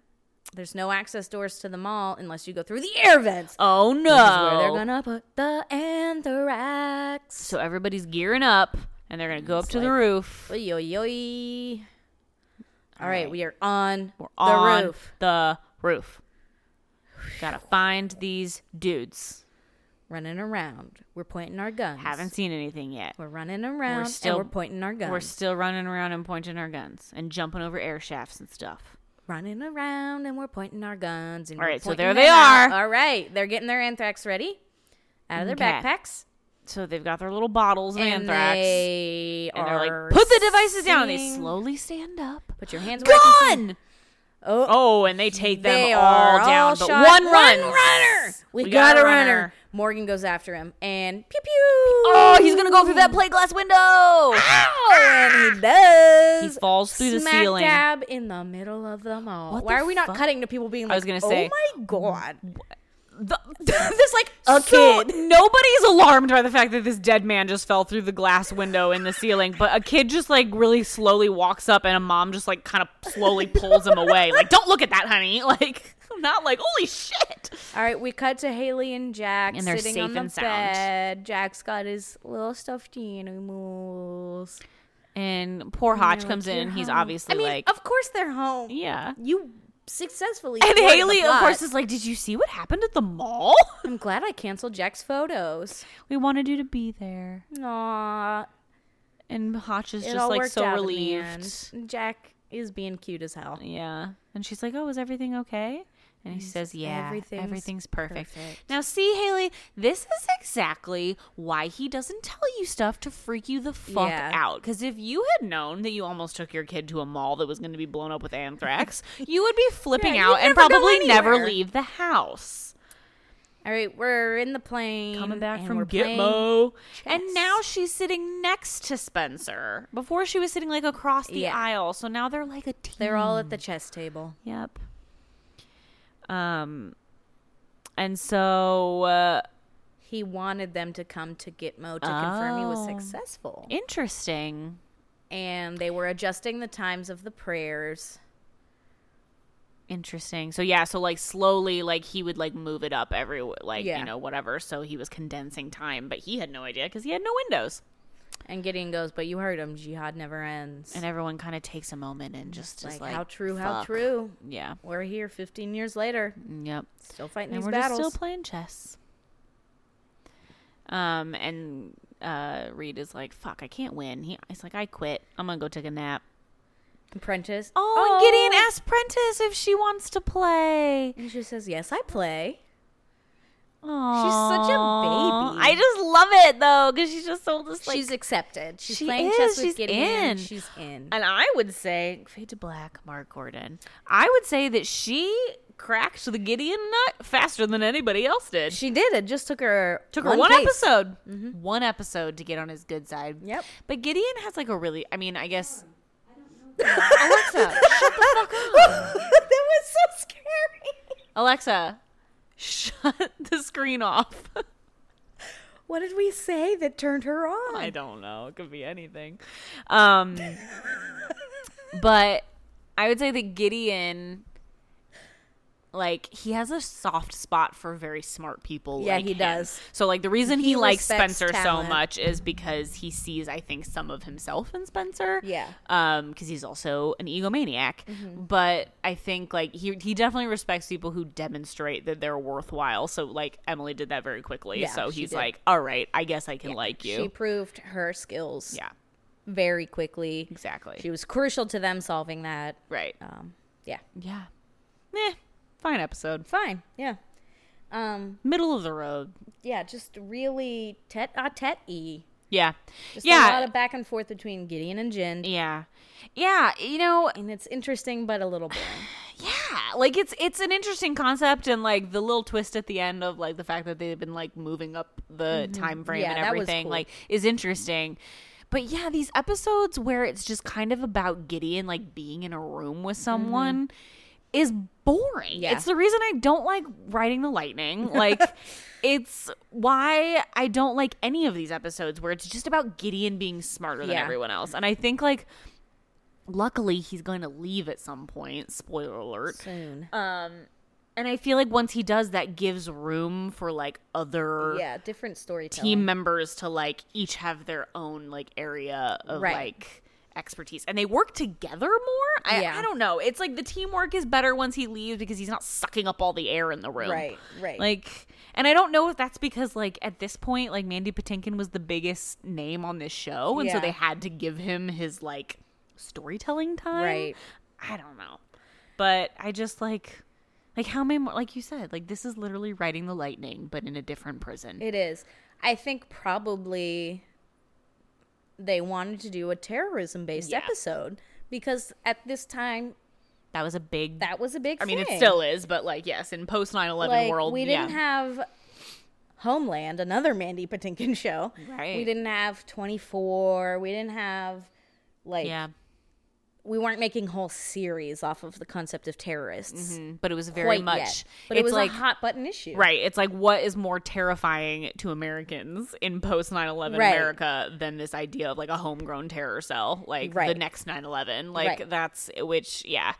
Speaker 2: There's no access doors to the mall unless you go through the air vents.
Speaker 1: oh
Speaker 2: Which is where they're
Speaker 1: no!
Speaker 2: gonna put the anthrax.
Speaker 1: so everybody's gearing up, and they're gonna go up to the roof.
Speaker 2: Oy, oy, oy. All right, we are on
Speaker 1: We're
Speaker 2: the
Speaker 1: on
Speaker 2: roof.
Speaker 1: the roof. Gotta find these dudes.
Speaker 2: running around. We're pointing our guns.
Speaker 1: Haven't seen anything yet.
Speaker 2: We're running around
Speaker 1: still-
Speaker 2: and we're pointing our guns.
Speaker 1: We're still running around and pointing our guns and jumping over air shafts and stuff.
Speaker 2: running around and we're pointing our guns. And
Speaker 1: All
Speaker 2: we're
Speaker 1: right, so
Speaker 2: pointing
Speaker 1: there they
Speaker 2: them out.
Speaker 1: are.
Speaker 2: All right, they're getting their anthrax ready out of their
Speaker 1: Okay.
Speaker 2: backpacks.
Speaker 1: So they've got their little bottles of
Speaker 2: And
Speaker 1: anthrax.
Speaker 2: they
Speaker 1: and they're
Speaker 2: are
Speaker 1: like, put the devices down. And they
Speaker 2: seeing-
Speaker 1: slowly stand up.
Speaker 2: Put your hands away. from some-
Speaker 1: Gone.
Speaker 2: Oh,
Speaker 1: Oh, and they take them
Speaker 2: They
Speaker 1: all
Speaker 2: are
Speaker 1: down.
Speaker 2: all
Speaker 1: but
Speaker 2: shot.
Speaker 1: one
Speaker 2: One
Speaker 1: runs.
Speaker 2: runner! we, got, a runner. Morgan goes after him and pew pew.
Speaker 1: Oh, he's gonna go through that plate glass window.
Speaker 2: and he does.
Speaker 1: Ah! He falls through the
Speaker 2: Ah! Smack
Speaker 1: ceiling.
Speaker 2: dab in the middle of the mall.
Speaker 1: What
Speaker 2: Why
Speaker 1: the
Speaker 2: are we not
Speaker 1: fuck?
Speaker 2: cutting to people being like,
Speaker 1: was gonna say,
Speaker 2: oh my god.
Speaker 1: The- There's like
Speaker 2: A
Speaker 1: so
Speaker 2: kid.
Speaker 1: Nobody's alarmed by the fact that this dead man just fell through the glass window in the ceiling, but a kid just like really slowly walks up, and a mom just like kind of slowly pulls him away. Like, don't look at that, honey. Like, not like, holy shit.
Speaker 2: All right, we cut to Haley and Jack
Speaker 1: And they're
Speaker 2: sitting
Speaker 1: safe
Speaker 2: on the
Speaker 1: and sound.
Speaker 2: bed. Jack's got his little stuffed animals.
Speaker 1: And poor Hodge comes in, and he's obviously
Speaker 2: I mean,
Speaker 1: like,
Speaker 2: of course they're home.
Speaker 1: yeah.
Speaker 2: You successfully
Speaker 1: And
Speaker 2: thwarted the
Speaker 1: Haley, of
Speaker 2: plot.
Speaker 1: course, is like, "Did you see what happened at the mall?
Speaker 2: I'm glad I canceled Jack's photos.
Speaker 1: We wanted you to be there."
Speaker 2: Aww,
Speaker 1: And Hotch is
Speaker 2: it
Speaker 1: just
Speaker 2: all
Speaker 1: like
Speaker 2: worked
Speaker 1: so
Speaker 2: out in the
Speaker 1: relieved.
Speaker 2: end. Jack is being cute as hell.
Speaker 1: Yeah, and she's like, "Oh, is everything okay?" And he says, "Yeah, everything's,
Speaker 2: "Everything's
Speaker 1: perfect.
Speaker 2: perfect."
Speaker 1: Now, see, Haley, this is exactly why he doesn't tell you stuff to freak you the fuck
Speaker 2: Yeah.
Speaker 1: out. Because if you had known that you almost took your kid to a mall that was going to be blown up with anthrax, you would be flipping
Speaker 2: Yeah,
Speaker 1: out
Speaker 2: you'd
Speaker 1: and
Speaker 2: never go
Speaker 1: probably never
Speaker 2: anywhere.
Speaker 1: leave the house.
Speaker 2: All right, we're in the plane.
Speaker 1: coming back
Speaker 2: and
Speaker 1: from
Speaker 2: we're playing-
Speaker 1: Gitmo. And
Speaker 2: chess.
Speaker 1: now she's sitting next to Spencer. Before she was sitting like across the
Speaker 2: Yeah.
Speaker 1: aisle. So now they're like a team.
Speaker 2: They're all at the chess table.
Speaker 1: Yep. Um and so uh,
Speaker 2: He wanted them to come to Gitmo to confirm he was
Speaker 1: Oh.
Speaker 2: successful.
Speaker 1: interesting.
Speaker 2: and they were adjusting the times of the prayers.
Speaker 1: Interesting. So yeah, so like slowly, like he would like move it up every like
Speaker 2: Yeah.
Speaker 1: you know whatever. So he was condensing time, but he had no idea because he had no windows.
Speaker 2: And Gideon goes, "But you heard him. Jihad never ends."
Speaker 1: And everyone kind of takes a moment and just
Speaker 2: like,
Speaker 1: is like,
Speaker 2: how true, how
Speaker 1: fuck.
Speaker 2: true.
Speaker 1: Yeah.
Speaker 2: We're here 15 years later,
Speaker 1: Yep.
Speaker 2: still fighting
Speaker 1: And
Speaker 2: these
Speaker 1: we're
Speaker 2: battles.
Speaker 1: just still playing chess. Um, and uh, Reed is like, "Fuck, I can't win." He, he's like, "I quit. I'm gonna go take a nap."
Speaker 2: Apprentice.
Speaker 1: Oh, and Gideon asks Prentice if she wants to play.
Speaker 2: And she says, "Yes, I play."
Speaker 1: She's
Speaker 2: such a baby.
Speaker 1: I just love it though, because she's just so just like
Speaker 2: she's accepted. She's
Speaker 1: She
Speaker 2: playing
Speaker 1: is,
Speaker 2: chess with
Speaker 1: she's
Speaker 2: Gideon.
Speaker 1: in.
Speaker 2: She's in.
Speaker 1: And I would say fade to black, Mark Gordon. I would say that she cracked the Gideon nut faster than anybody else did. She
Speaker 2: She did. It just took her
Speaker 1: took her one
Speaker 2: case.
Speaker 1: episode, one episode to get on his good side.
Speaker 2: Yep.
Speaker 1: But Gideon has like a really, I mean, I guess
Speaker 2: Alexa, shut the fuck up. that was so scary.
Speaker 1: Alexa, shut the screen off.
Speaker 2: What did we say that turned her on?
Speaker 1: I don't know. It could be anything. Um, but I would say that Gideon, like, he has a soft spot for very smart people.
Speaker 2: Yeah,
Speaker 1: like
Speaker 2: he
Speaker 1: him.
Speaker 2: does.
Speaker 1: So, like, the reason he,
Speaker 2: He
Speaker 1: likes
Speaker 2: respects
Speaker 1: Spencer
Speaker 2: talent.
Speaker 1: so much is because he sees, I think, some of himself in Spencer.
Speaker 2: Yeah. Mm-hmm.
Speaker 1: Um, because he's also an egomaniac. But I think, like, he he definitely respects people who demonstrate that they're worthwhile. So, like, Emily did that very quickly.
Speaker 2: Yeah,
Speaker 1: so
Speaker 2: she
Speaker 1: he's
Speaker 2: did.
Speaker 1: like, all right, I guess I can like you.
Speaker 2: She proved her skills
Speaker 1: yeah.
Speaker 2: very quickly.
Speaker 1: Exactly.
Speaker 2: She was crucial to them solving that.
Speaker 1: right.
Speaker 2: Um, yeah.
Speaker 1: Yeah. Eh, fine episode.
Speaker 2: Fine. Yeah. Um,
Speaker 1: Middle of the road.
Speaker 2: yeah, just really tete a tete y.
Speaker 1: Yeah.
Speaker 2: Just
Speaker 1: yeah.
Speaker 2: a lot of back and forth between Gideon and Jin.
Speaker 1: yeah. Yeah, you know,
Speaker 2: And it's interesting, but a little boring.
Speaker 1: yeah, like it's it's an interesting concept and like the little twist at the end of like the fact that they've been like moving up the time frame
Speaker 2: Mm-hmm. Yeah,
Speaker 1: and
Speaker 2: that was
Speaker 1: everything
Speaker 2: cool.
Speaker 1: like is interesting. But yeah, these episodes where it's just kind of about Gideon like being in a room with someone is boring.
Speaker 2: Mm-hmm. Yeah.
Speaker 1: It's the reason I don't like riding the lightning. Like it's why I don't like any of these episodes where it's just about Gideon being smarter than
Speaker 2: Yeah.
Speaker 1: everyone else. And I think like luckily he's going to leave at some point, spoiler alert.
Speaker 2: Soon.
Speaker 1: Uh, And I feel like once he does that gives room for like other
Speaker 2: yeah, different storytelling.
Speaker 1: team members to like each have their own like area of
Speaker 2: Right.
Speaker 1: like expertise and they work together more I,
Speaker 2: Yeah.
Speaker 1: I don't know it's like the teamwork is better once he leaves because he's not sucking up all the air in the room
Speaker 2: Right, right.
Speaker 1: like and i don't know if that's because like at this point like mandy patinkin was the biggest name on this show and so
Speaker 2: Yeah.
Speaker 1: they had to give him his like storytelling time
Speaker 2: Right.
Speaker 1: i don't know but i just like like how many more like you said like this is literally riding the lightning but in a different prison
Speaker 2: It is. I think probably they wanted to do a terrorism based
Speaker 1: Yeah.
Speaker 2: episode because at this time
Speaker 1: that was a big
Speaker 2: that was a big
Speaker 1: I mean,
Speaker 2: thing.
Speaker 1: it still is, but like, yes, in post 9 11
Speaker 2: like,
Speaker 1: world,
Speaker 2: We
Speaker 1: yeah.
Speaker 2: didn't have Homeland, another Mandy Patinkin show. We
Speaker 1: Right.
Speaker 2: didn't have 24. We didn't have like
Speaker 1: yeah.
Speaker 2: we weren't making whole series off of the concept of terrorists
Speaker 1: Mm, But it was very
Speaker 2: quite
Speaker 1: much.
Speaker 2: yet. But
Speaker 1: it's
Speaker 2: it was
Speaker 1: like,
Speaker 2: a hot button issue.
Speaker 1: right. It's like, what is more terrifying to Americans in post 9 11
Speaker 2: Right.
Speaker 1: America than this idea of like a homegrown terror cell, like the
Speaker 2: Right.
Speaker 1: next 9 11? Like,
Speaker 2: Right.
Speaker 1: that's which, yeah.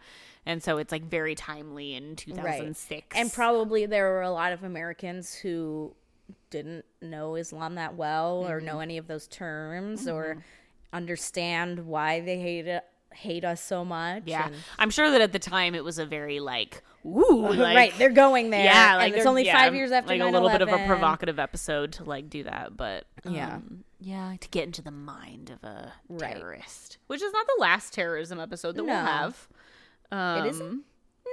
Speaker 1: And so it's like very timely in 2006.
Speaker 2: And probably there were a lot of Americans who didn't know Islam that well
Speaker 1: Mm-hmm.
Speaker 2: or know any of those terms or understand why they hate it, hate us so much.
Speaker 1: yeah.
Speaker 2: and-
Speaker 1: I'm sure that at the time it was a very like, ooh, like,
Speaker 2: Uh-huh. right, they're going there.
Speaker 1: yeah, like
Speaker 2: and it's
Speaker 1: they're-
Speaker 2: only
Speaker 1: yeah,
Speaker 2: five years after
Speaker 1: like a little bit of a
Speaker 2: 9/11.
Speaker 1: provocative episode to like do that, but
Speaker 2: Yeah.
Speaker 1: um, yeah, to get into the mind of a
Speaker 2: Right.
Speaker 1: terrorist, which is not the last terrorism episode that
Speaker 2: No.
Speaker 1: we'll have. Um,
Speaker 2: isn't?
Speaker 1: No,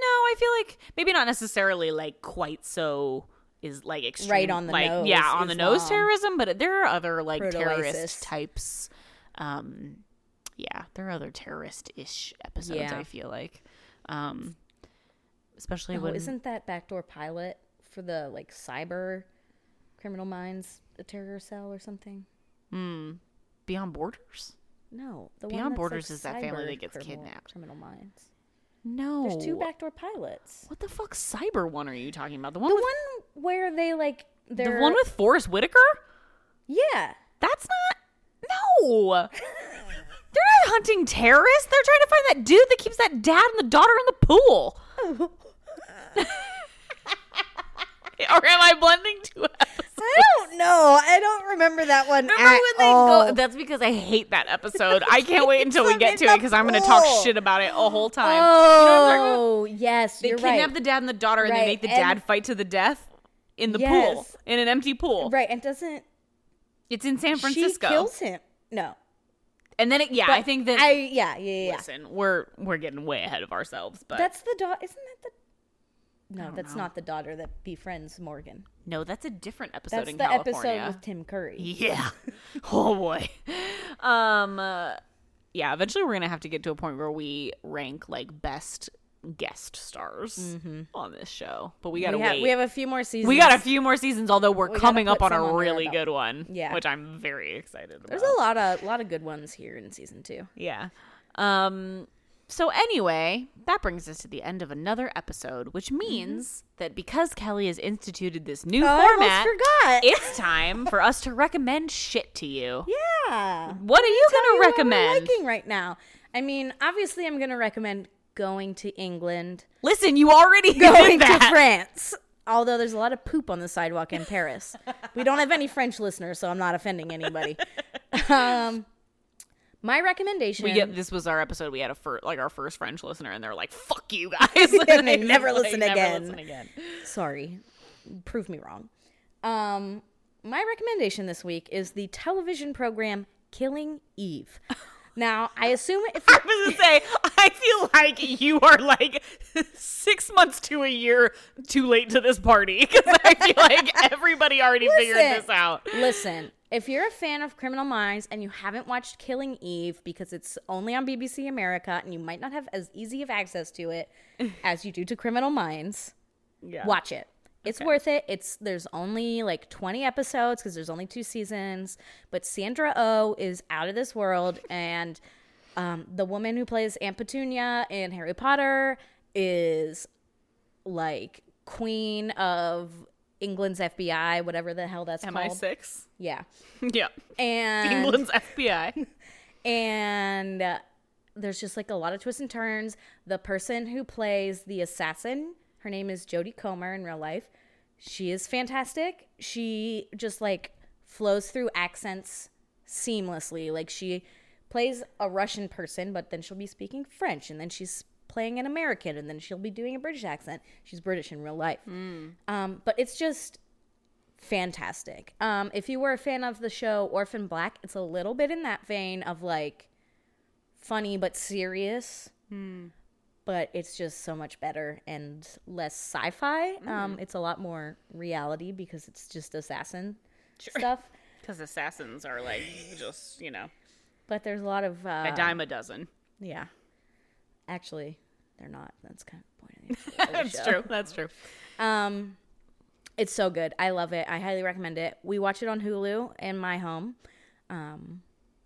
Speaker 1: I feel like maybe not necessarily like quite so is like extreme,
Speaker 2: Right on the
Speaker 1: like,
Speaker 2: nose
Speaker 1: yeah, on the nose
Speaker 2: Islam.
Speaker 1: terrorism, but there are other like
Speaker 2: Proto-ISIS.
Speaker 1: terrorist types. Um, yeah, there are other terrorist ish episodes.
Speaker 2: Yeah.
Speaker 1: I feel like, um, especially
Speaker 2: No,
Speaker 1: when
Speaker 2: oh, isn't that backdoor pilot for the like cyber criminal minds a terror cell or something?
Speaker 1: Beyond Borders.
Speaker 2: No, the
Speaker 1: Beyond
Speaker 2: one that's,
Speaker 1: Borders
Speaker 2: like,
Speaker 1: is that family
Speaker 2: cyber
Speaker 1: that gets
Speaker 2: criminal,
Speaker 1: kidnapped.
Speaker 2: Criminal minds.
Speaker 1: No.
Speaker 2: There's two backdoor pilots.
Speaker 1: What the fuck cyber one are you talking about? The one
Speaker 2: The
Speaker 1: with
Speaker 2: one where they like they're
Speaker 1: the one with Forrest Whitaker?
Speaker 2: yeah.
Speaker 1: That's not No. They're not they're hunting terrorists. They're trying to find that dude that keeps that dad and the daughter in the pool. or am I blending two episodes?
Speaker 2: I don't know. I don't remember that one
Speaker 1: Remember
Speaker 2: at
Speaker 1: when they
Speaker 2: all.
Speaker 1: go? That's because I hate that episode. I can't wait until we
Speaker 2: them in
Speaker 1: get to
Speaker 2: the
Speaker 1: it because I'm going to talk
Speaker 2: pool.
Speaker 1: shit about it a whole time.
Speaker 2: oh, yes,
Speaker 1: They
Speaker 2: you're
Speaker 1: kidnap
Speaker 2: right.
Speaker 1: the dad and the daughter, and
Speaker 2: Right,
Speaker 1: they make the
Speaker 2: and-
Speaker 1: dad fight to the death in the pool
Speaker 2: Yes.
Speaker 1: in an empty pool.
Speaker 2: right, and doesn't
Speaker 1: It's in San
Speaker 2: she
Speaker 1: Francisco,
Speaker 2: kills him? No,
Speaker 1: and then it, yeah, I think that
Speaker 2: I yeah yeah yeah. yeah.
Speaker 1: listen, we're we're getting way ahead of ourselves, but
Speaker 2: That's the daughter. Isn't that the? No, that's not the daughter that befriends Morgan.
Speaker 1: no, that's a different episode
Speaker 2: That's
Speaker 1: in
Speaker 2: the
Speaker 1: California.
Speaker 2: episode with Tim Curry.
Speaker 1: Yeah. Oh boy. Um uh, yeah, eventually we're going to have to get to a point where we rank like best guest stars on this show. But we got to
Speaker 2: Mm-hmm. We have,
Speaker 1: wait.
Speaker 2: we have a few more seasons.
Speaker 1: we got a few more seasons although we're
Speaker 2: gotta
Speaker 1: coming up
Speaker 2: put
Speaker 1: on
Speaker 2: some
Speaker 1: a
Speaker 2: on there
Speaker 1: really
Speaker 2: about-
Speaker 1: good one,
Speaker 2: Yeah.
Speaker 1: which I'm very excited about.
Speaker 2: There's a lot of lot of good ones here in season two.
Speaker 1: Yeah. Um so anyway, that brings us to the end of another episode, which means that because Kelly has instituted this new
Speaker 2: Oh, Mm-hmm. I almost
Speaker 1: format,
Speaker 2: forgot.
Speaker 1: it's time for us to recommend shit to you.
Speaker 2: Yeah.
Speaker 1: What are you
Speaker 2: Tell
Speaker 1: going
Speaker 2: me what
Speaker 1: to
Speaker 2: we're
Speaker 1: recommend?
Speaker 2: liking right now. I mean, obviously, I'm going to recommend going to England,
Speaker 1: Listen, you already
Speaker 2: going
Speaker 1: did
Speaker 2: to
Speaker 1: that.
Speaker 2: France. Although there's a lot of poop on the sidewalk in Paris. we don't have any French listeners, so I'm not offending anybody. um, my recommendation.
Speaker 1: We get this was our episode. We had a fir- like our first French listener, and they're like, "Fuck you guys,"
Speaker 2: And they
Speaker 1: just,
Speaker 2: never listen again.
Speaker 1: listen again.
Speaker 2: sorry, prove me wrong. Um, my recommendation this week is the television program Killing Eve. Now, I assume if you're
Speaker 1: I was gonna say, I feel like you are like six months to a year too late to this party because I feel like everybody already figured
Speaker 2: Listen.
Speaker 1: this out.
Speaker 2: Listen, if you're a fan of Criminal Minds and you haven't watched Killing Eve because it's only on BBC America and you might not have as easy of access to it as you do to Criminal Minds,
Speaker 1: Yeah.
Speaker 2: watch it. It's worth it. It's there's only like 20 episodes because there's only two seasons, but Sandra O oh is out of this world and um, the woman who plays Aunt Petunia in Harry Potter is like queen of England's FBI, whatever the hell that's called.
Speaker 1: MI6.
Speaker 2: Yeah.
Speaker 1: Yeah.
Speaker 2: And
Speaker 1: England's FBI.
Speaker 2: and uh, there's just like a lot of twists and turns. The person who plays the assassin, her name is Jodie Comer in real life. She is fantastic. She just like flows through accents seamlessly. Like she plays a Russian person, but then she'll be speaking French, and then she's playing an American, and then she'll be doing a British accent. She's British in real life. Um, but it's just fantastic. Um, if you were a fan of the show Orphan Black, it's a little bit in that vein of like funny but serious.
Speaker 1: Hmm.
Speaker 2: But it's just so much better and less sci-fi.
Speaker 1: Hmm.
Speaker 2: Um, it's a lot more reality because it's just assassin stuff.
Speaker 1: Because assassins are like just, you know,
Speaker 2: But there's a lot of
Speaker 1: a
Speaker 2: uh,
Speaker 1: dime a dozen.
Speaker 2: yeah. Actually, they're not. That's kind of the point. Of the
Speaker 1: That's true. That's true.
Speaker 2: Um, it's so good. I love it. I highly recommend it. We watch it on Hulu in my home. Um,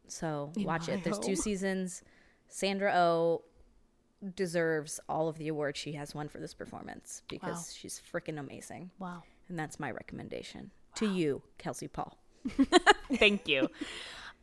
Speaker 2: so watch
Speaker 1: my
Speaker 2: it. There's two
Speaker 1: home.
Speaker 2: seasons. Sandra O oh deserves all of the awards she has won for this performance because
Speaker 1: Wow.
Speaker 2: she's freaking amazing.
Speaker 1: Wow.
Speaker 2: And that's my recommendation to you, Kelsey Paul.
Speaker 1: Thank you.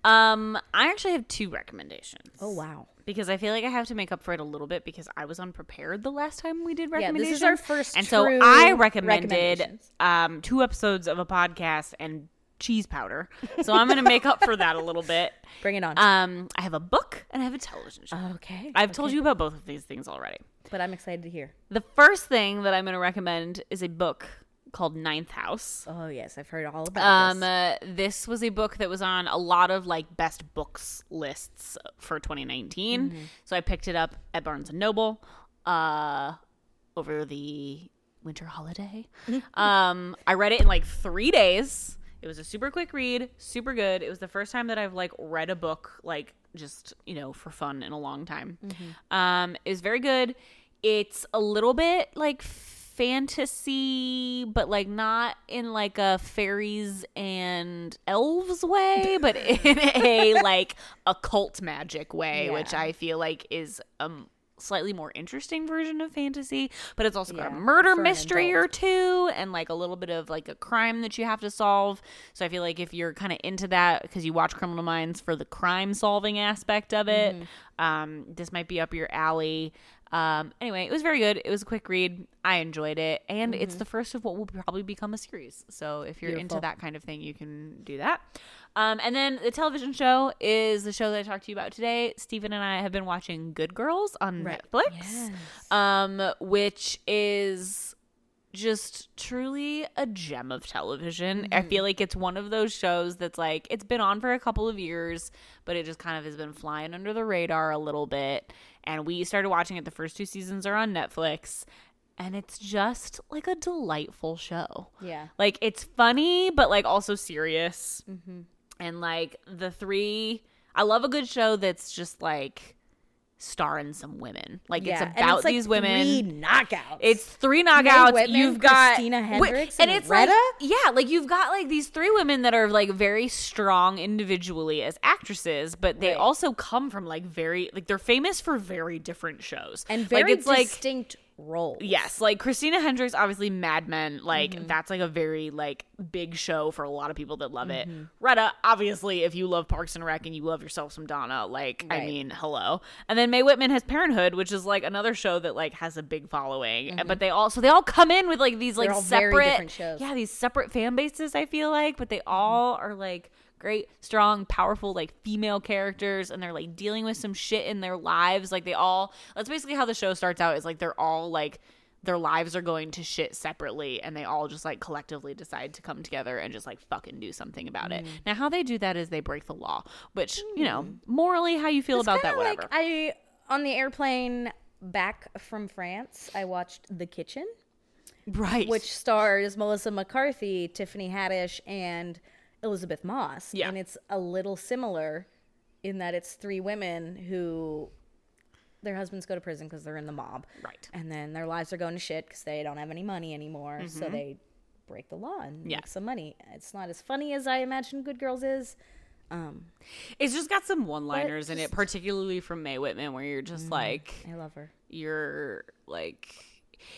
Speaker 1: Um, I actually have two recommendations.
Speaker 2: Oh wow.
Speaker 1: because I feel like I have to make up for it a little bit because I was unprepared the last time we did
Speaker 2: Yeah, this
Speaker 1: recommendations.
Speaker 2: is our first
Speaker 1: and so
Speaker 2: true
Speaker 1: I recommended
Speaker 2: recommendations.
Speaker 1: um, two episodes of a podcast and cheese powder. So I'm going to make up for that a little bit.
Speaker 2: Bring it on.
Speaker 1: Um, I have a book and I have a television show.
Speaker 2: Uh, Uh-huh. okay.
Speaker 1: I've told you about both of these things already.
Speaker 2: but I'm excited to hear.
Speaker 1: The first thing that I'm going to recommend is a book called Ninth House.
Speaker 2: Oh yes, I've heard all about
Speaker 1: Um,
Speaker 2: this.
Speaker 1: uh, this was a book that was on a lot of like best books lists for 2019.
Speaker 2: Mm-hmm.
Speaker 1: So I picked it up at Barnes and Noble uh, over the winter holiday. um, I read it in like three days. It was a super quick read, super good. It was the first time that I've like read a book like just you know for fun in a long time. Um, it was very good. It's a little bit like fantasy, but like not in like a fairies and elves way, but in a like occult magic way,
Speaker 2: Yeah.
Speaker 1: which I feel like is um slightly more interesting version of fantasy, but it's also got a
Speaker 2: Yeah,
Speaker 1: murder
Speaker 2: for an
Speaker 1: mystery
Speaker 2: adult.
Speaker 1: or two and like a little bit of like a crime that you have to solve. So I feel like if you're kind of into that because you watch Criminal Minds for the crime solving aspect of it,
Speaker 2: Mm-hmm.
Speaker 1: um, this might be up your alley. Um, anyway, it was very good. It was a quick read. I enjoyed it, and it's the first of what will probably become a series. So if you're into
Speaker 2: Mm-hmm. Beautiful.
Speaker 1: that kind of thing, you can do that. Um, and then the television show is the show that I talked to you about today. Stephen and I have been watching Good Girls on
Speaker 2: Right.
Speaker 1: Netflix, um, which is just truly a gem of television. I
Speaker 2: Mm-hmm.
Speaker 1: feel like it's one of those shows that's like it's been on for a couple of years, but it just kind of has been flying under the radar a little bit. And we started watching it. The first two seasons are on Netflix, and it's just like a delightful show.
Speaker 2: Yeah.
Speaker 1: Like it's funny, but like also serious. And like the three, I love a good show that's just like starring some women. Like
Speaker 2: yeah.
Speaker 1: it's about
Speaker 2: like
Speaker 1: these women.
Speaker 2: Three knockouts.
Speaker 1: It's three knockouts.
Speaker 2: Whitman,
Speaker 1: you've got
Speaker 2: Christina
Speaker 1: Wi-
Speaker 2: Hendricks,
Speaker 1: and,
Speaker 2: and
Speaker 1: it's
Speaker 2: Retta?
Speaker 1: like yeah, like you've got like these three women that are like very strong individually as actresses, but they
Speaker 2: Right.
Speaker 1: also come from like very like they're famous for very different shows
Speaker 2: and very
Speaker 1: like, it's like
Speaker 2: distinct roles.
Speaker 1: Yes, like Christina Hendricks, obviously Mad Men, like
Speaker 2: Mm-hmm.
Speaker 1: that's like a very like big show for a lot of people that love
Speaker 2: Mm-hmm.
Speaker 1: it. Retta, obviously, if you love Parks and Rec and you love yourself some Donna, like I
Speaker 2: Right.
Speaker 1: mean, hello. And then Mae Whitman has Parenthood, which is like another show that like has a big following. And- But they all so they all come in with like these like
Speaker 2: Mm-hmm. all very
Speaker 1: separate
Speaker 2: different shows.
Speaker 1: yeah these separate fan bases. I feel like, but they all are like great, strong, powerful like female characters, and they're like dealing with some shit in their lives. Like they all that's basically how the show starts out. Is like they're all like their lives are going to shit separately and they all just like collectively decide to come together and just like fucking do something about it. Now how they do that is they break the law, which, you know, morally how you feel about that
Speaker 2: Kinda
Speaker 1: whatever.
Speaker 2: Like I on the airplane back from France, I watched The Kitchen,
Speaker 1: right.
Speaker 2: which stars Melissa McCarthy, Tiffany Haddish, and Elizabeth Moss.
Speaker 1: Yeah.
Speaker 2: And it's a little similar in that it's three women who their husbands go to prison because they're in the mob.
Speaker 1: Right. Mm-hmm.
Speaker 2: And then their lives are going to shit because they don't have any money anymore. So they break the law and
Speaker 1: Yeah.
Speaker 2: make some money. It's not as funny as I imagine Good Girls is.
Speaker 1: it's just got some one-liners in it,
Speaker 2: just-
Speaker 1: particularly from Mae Whitman where you're just like
Speaker 2: I love her.
Speaker 1: you're like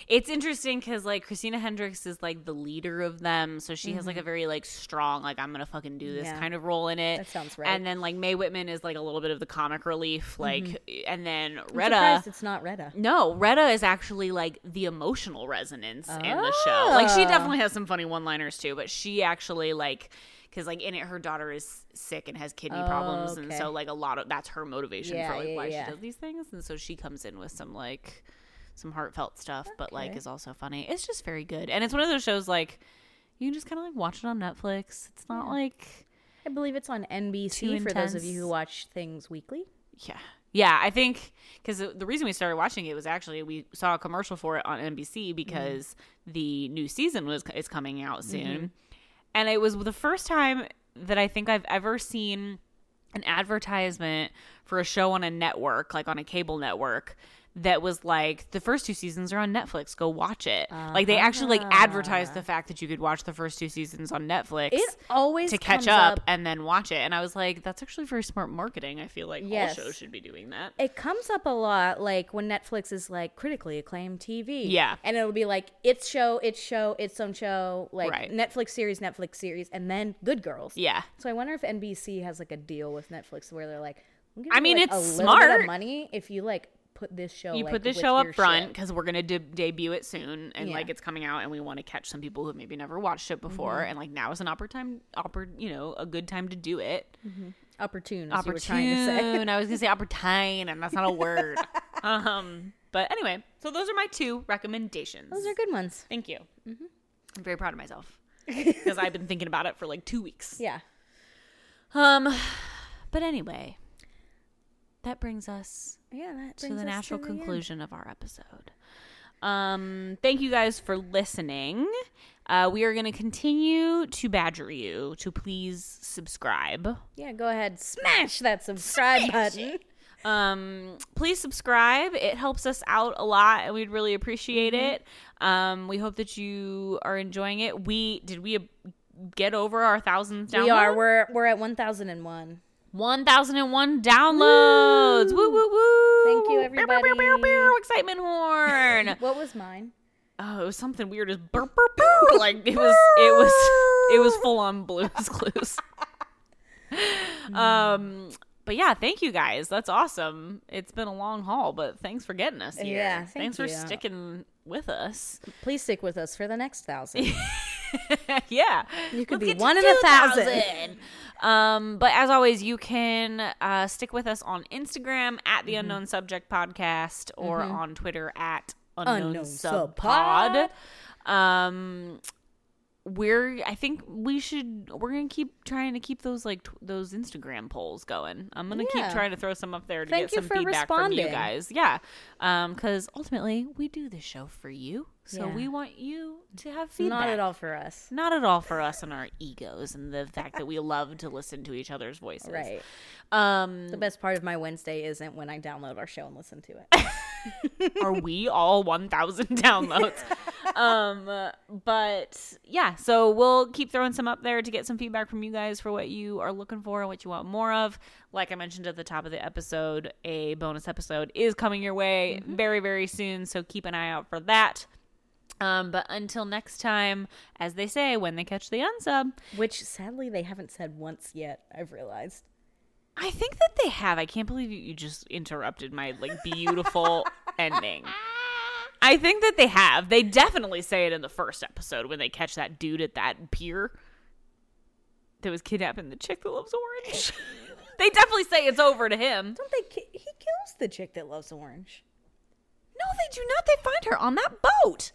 Speaker 1: it's interesting because like christina hendricks is like the leader of them so she has like a very like strong like i'm gonna fucking do this
Speaker 2: Mm-hmm. Yeah.
Speaker 1: kind of role in it
Speaker 2: That sounds right.
Speaker 1: and then like may whitman is like a little bit of the comic relief like and then
Speaker 2: Mm-hmm. I'm
Speaker 1: retta
Speaker 2: surprised it's not Retta.
Speaker 1: no, Retta is actually like the emotional resonance in the show. Like she
Speaker 2: Oh.
Speaker 1: definitely has some funny one-liners too, but she actually like because like in it her daughter is sick and has kidney
Speaker 2: Oh,
Speaker 1: problems, and
Speaker 2: okay.
Speaker 1: so like a lot of that's her motivation
Speaker 2: Yeah,
Speaker 1: for like
Speaker 2: yeah,
Speaker 1: why
Speaker 2: yeah.
Speaker 1: she does these things, and so she comes in with some like some heartfelt stuff, but like
Speaker 2: Okay.
Speaker 1: is also funny. It's just very good, and it's one of those shows like you can just kind of like watch it on Netflix. It's not like
Speaker 2: I believe it's on
Speaker 1: Too
Speaker 2: NBC for those of you
Speaker 1: intense.
Speaker 2: who watch things weekly.
Speaker 1: Yeah. Yeah, I think because the reason we started watching it was actually we saw a commercial for it on NBC because the new season was is coming out soon, and it was the first time that I think I've ever seen an advertisement for a show on a network, like on a cable network, that was like the first two seasons are on Netflix. Go watch it. Like they actually like advertised the fact that you could watch the first two seasons on Netflix
Speaker 2: It always
Speaker 1: to catch
Speaker 2: comes
Speaker 1: up, and then watch it. And I was like, that's actually very smart marketing. I feel like
Speaker 2: Yes.
Speaker 1: all shows should be doing that.
Speaker 2: It comes up a lot, like when Netflix is like critically acclaimed TV.
Speaker 1: Yeah.
Speaker 2: and it'll be like its show, its show, its own show, like
Speaker 1: Right.
Speaker 2: Netflix series, Netflix series, and then Good Girls.
Speaker 1: Yeah.
Speaker 2: So I wonder if NBC has like a deal with Netflix where they're like, we'll give
Speaker 1: I
Speaker 2: you,
Speaker 1: mean,
Speaker 2: like,
Speaker 1: it's
Speaker 2: a little bit of
Speaker 1: smart.
Speaker 2: money if you like put this show.
Speaker 1: You
Speaker 2: Oh, like,
Speaker 1: put this
Speaker 2: with
Speaker 1: show up
Speaker 2: your
Speaker 1: front
Speaker 2: shit."
Speaker 1: because we're gonna de- debut it soon, and
Speaker 2: Yeah. Mm-hmm.
Speaker 1: like it's coming out, and we want to catch some people who maybe never watched it before, and like now is an oppor- time, oppor- you know, a good time to do it.
Speaker 2: Opportune, as you were trying to say.
Speaker 1: Opportune. I was gonna say opportune, and that's not a word. um, but anyway, so those are my two recommendations.
Speaker 2: Those are Mm-hmm. good ones.
Speaker 1: Thank you. I'm very proud of myself because I've been thinking about it for like two weeks.
Speaker 2: Yeah.
Speaker 1: Um, but anyway, that brings us
Speaker 2: Yeah, that
Speaker 1: to
Speaker 2: brings
Speaker 1: the
Speaker 2: us
Speaker 1: natural
Speaker 2: to the end.
Speaker 1: conclusion of our episode. Um, thank you guys for listening. Uh, we are going to continue to badger you to please subscribe.
Speaker 2: Yeah, go ahead, smash that subscribe button.
Speaker 1: Um, please subscribe. It helps us out a lot, and we'd really appreciate
Speaker 2: Mm-hmm.
Speaker 1: it. Um, we hope that you are enjoying it. We did we uh, get over our thousands downloads?
Speaker 2: We are. We're we're at one thousand and one.
Speaker 1: 1001 downloads. Woo, woo, woo.
Speaker 2: Thank you,
Speaker 1: Pew, pew, pew, pew,
Speaker 2: everybody.
Speaker 1: pew, Excitement horn.
Speaker 2: What was mine?
Speaker 1: oh, it was something weird as burp, burp, burp. Like it was, it was, it was full on blues clues.
Speaker 2: Hmm.
Speaker 1: um, but yeah, thank you guys. That's awesome. It's been a long haul, but thanks for getting us here.
Speaker 2: Yeah, thank
Speaker 1: thanks for
Speaker 2: you.
Speaker 1: sticking with us.
Speaker 2: Please stick with us for the next thousand.
Speaker 1: yeah.
Speaker 2: You could
Speaker 1: Let's
Speaker 2: be
Speaker 1: get to
Speaker 2: one in a thousand.
Speaker 1: 2,000. Um, but as always, you can uh, stick with us on Instagram at
Speaker 2: Mm-hmm.
Speaker 1: the Unknown Subject Podcast or on Twitter at Unknown,
Speaker 2: Unknown
Speaker 1: Sub
Speaker 2: Sub
Speaker 1: Pod. Um, we're I think we should we're gonna keep trying to keep those like tw- those Instagram polls going. I'm gonna
Speaker 2: Yeah.
Speaker 1: keep trying to throw some up there to
Speaker 2: Thank
Speaker 1: get
Speaker 2: you
Speaker 1: some
Speaker 2: for
Speaker 1: feedback from
Speaker 2: responding.
Speaker 1: you guys. Yeah, because ultimately we do this show for you, so
Speaker 2: Yeah.
Speaker 1: we want you to have feedback.
Speaker 2: Not at all for us.
Speaker 1: Not at all for us and our egos and the fact that we love to listen to each other's voices.
Speaker 2: Right.
Speaker 1: Um,
Speaker 2: The best part of my Wednesday isn't when I download our show and listen to it.
Speaker 1: are we all 1,000 downloads? um, but yeah, so we'll keep throwing some up there to get some feedback from you guys for what you are looking for and what you want more of. Like I mentioned at the top of the episode, a bonus episode is coming your way very, very soon. So keep an eye out for that. Um, but until next time, as they say, when they catch the unsub,
Speaker 2: Which sadly they haven't said once yet, I've realized.
Speaker 1: I think that they have. I can't believe you, you just interrupted my like beautiful ending. I think that they have. They definitely say it in the first episode when they catch that dude at that pier that was kidnapping the chick that loves orange. they definitely say it's over to him.
Speaker 2: Don't they ki- he kills the chick that loves orange.
Speaker 1: No, they do not. They find her on that boat.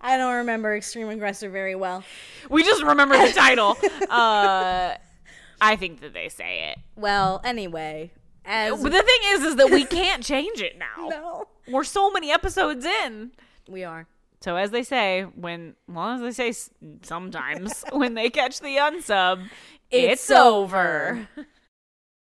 Speaker 2: I don't remember Extreme Aggressor very well.
Speaker 1: We just remember the title. uh, I think that they say it.
Speaker 2: Well, anyway, as
Speaker 1: But the thing is, is that we can't change it now.
Speaker 2: no,
Speaker 1: We're so many episodes in.
Speaker 2: we are.
Speaker 1: So as they say, when as long as they say s- sometimes when they catch the unsub, it's,
Speaker 2: It's
Speaker 1: over.